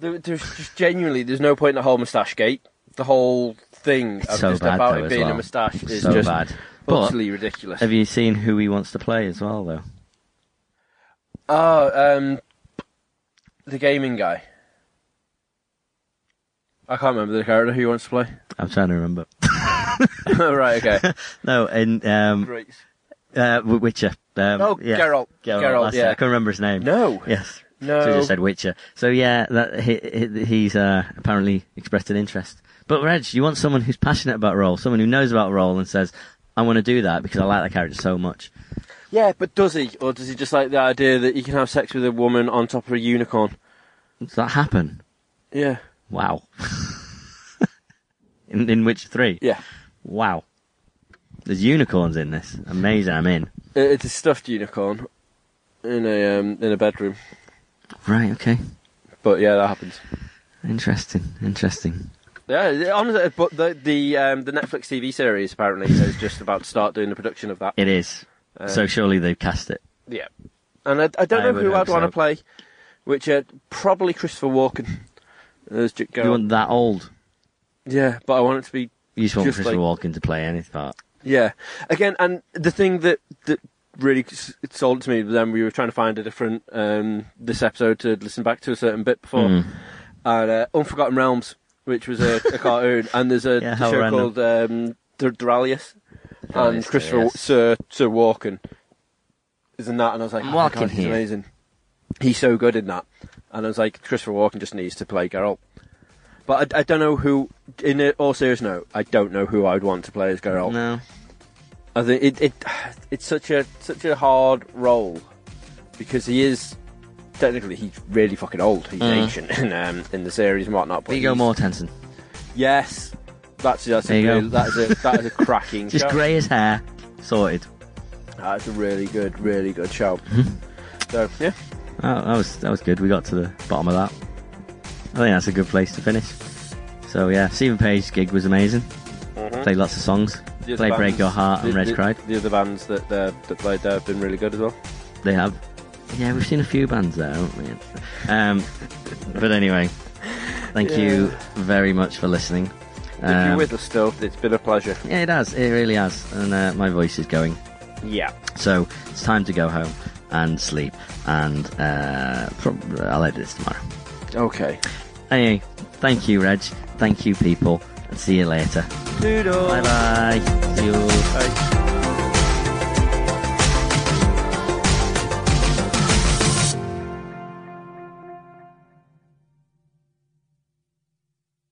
Speaker 2: There, there's just genuinely, there's no point in the whole moustache gate. The whole thing of
Speaker 3: so
Speaker 2: just
Speaker 3: bad
Speaker 2: about
Speaker 3: though
Speaker 2: it
Speaker 3: as
Speaker 2: being
Speaker 3: well.
Speaker 2: a moustache is
Speaker 3: so
Speaker 2: just
Speaker 3: bad. But
Speaker 2: utterly ridiculous.
Speaker 3: have you seen who he wants to play as well though?
Speaker 2: Oh, um, the gaming guy. I can't remember the character who he wants to play.
Speaker 3: I'm trying to remember.
Speaker 2: right, okay.
Speaker 3: No, in um,
Speaker 2: Great.
Speaker 3: uh, Wi- Witcher. Um,
Speaker 2: Oh,
Speaker 3: yeah.
Speaker 2: Geralt.
Speaker 3: Geralt,
Speaker 2: Geralt,
Speaker 3: that's it.
Speaker 2: yeah.
Speaker 3: I can't remember his name.
Speaker 2: No.
Speaker 3: Yes.
Speaker 2: No.
Speaker 3: So I just said Witcher. So yeah, that, he, he, he's uh, apparently expressed an interest. But Reg, you want someone who's passionate about role, someone who knows about role and says, "I want to do that because I like that character so much."
Speaker 2: Yeah, but does he? Or does he just like the idea that you can have sex with a woman on top of a unicorn?
Speaker 3: Does that happen?
Speaker 2: Yeah.
Speaker 3: Wow. in, in Witcher Three.
Speaker 2: Yeah.
Speaker 3: Wow. There's unicorns in this. Amazing. I'm in.
Speaker 2: I- It's a stuffed unicorn in a um, in a bedroom.
Speaker 3: Right. Okay.
Speaker 2: But yeah, that happens.
Speaker 3: Interesting. Interesting.
Speaker 2: Yeah, honestly, but the the um, the Netflix TV series apparently is just about to start doing the production of that. Um,
Speaker 3: It is.
Speaker 2: Uh,
Speaker 3: so surely they've cast it.
Speaker 2: Yeah, and I, I don't
Speaker 3: I
Speaker 2: know
Speaker 3: would
Speaker 2: who I'd
Speaker 3: hope
Speaker 2: want to
Speaker 3: so.
Speaker 2: play, which uh, probably Christopher Walken. There's Duke
Speaker 3: You
Speaker 2: Gale.
Speaker 3: want that old?
Speaker 2: yeah, but I want it to be
Speaker 3: You just want
Speaker 2: Just
Speaker 3: Christopher Walken to play any part.
Speaker 2: Yeah. Again, and the thing that that really s- it sold it to me then we were trying to find a different um, this episode to listen back to a certain bit before,
Speaker 3: Mm.
Speaker 2: and uh, Unforgotten Realms, which was a, a cartoon, and there's a
Speaker 3: Yeah, how
Speaker 2: show
Speaker 3: random.
Speaker 2: called um, Dur- Duralius, and
Speaker 3: Duralius,
Speaker 2: Christopher
Speaker 3: yes.
Speaker 2: Sir Sir Walken is in that, and I was like,
Speaker 3: I'm
Speaker 2: oh my
Speaker 3: walking
Speaker 2: God, he's
Speaker 3: here.
Speaker 2: amazing. He's so good in that, and I was like, Christopher Walken just needs to play Geralt. But I, I don't know who. In all serious note, I don't know who I'd want to play as Geralt.
Speaker 3: No.
Speaker 2: I think it, it it's such a such a hard role because he is technically he's really fucking old. He's
Speaker 3: Mm.
Speaker 2: ancient in um, in the series and whatnot. But
Speaker 3: Viggo
Speaker 2: he's-
Speaker 3: Mortensen.
Speaker 2: Yes, that's that's
Speaker 3: There
Speaker 2: a
Speaker 3: you go.
Speaker 2: really, that's a that is a cracking
Speaker 3: Just
Speaker 2: shout.
Speaker 3: grey his hair. Sorted.
Speaker 2: That's a really good, really good show. so yeah,
Speaker 3: Oh, that was that was good. We got to the bottom of that. I think that's a good place to finish. So yeah, Stephen Page's gig was amazing. Played lots of songs.
Speaker 2: The other
Speaker 3: Played Break
Speaker 2: bands-
Speaker 3: Your Heart and
Speaker 2: the-
Speaker 3: Red
Speaker 2: the,
Speaker 3: Cried.
Speaker 2: The other bands that uh, that played there have been really good as well.
Speaker 3: They have. Yeah, we've seen a few bands there, haven't we? Um, but anyway, thank you very much for listening.
Speaker 2: if you're
Speaker 3: Um,
Speaker 2: with us still, it's been a pleasure.
Speaker 3: yeah, it has. It really has. And uh, my voice is going.
Speaker 2: Yeah,
Speaker 3: So it's time to go home and sleep. And uh, prob- I'll edit this tomorrow.
Speaker 2: okay.
Speaker 3: Anyway, thank you, Reg. Thank you, people. And see you later.
Speaker 2: Toodles.
Speaker 3: Bye bye. See you.
Speaker 2: Bye.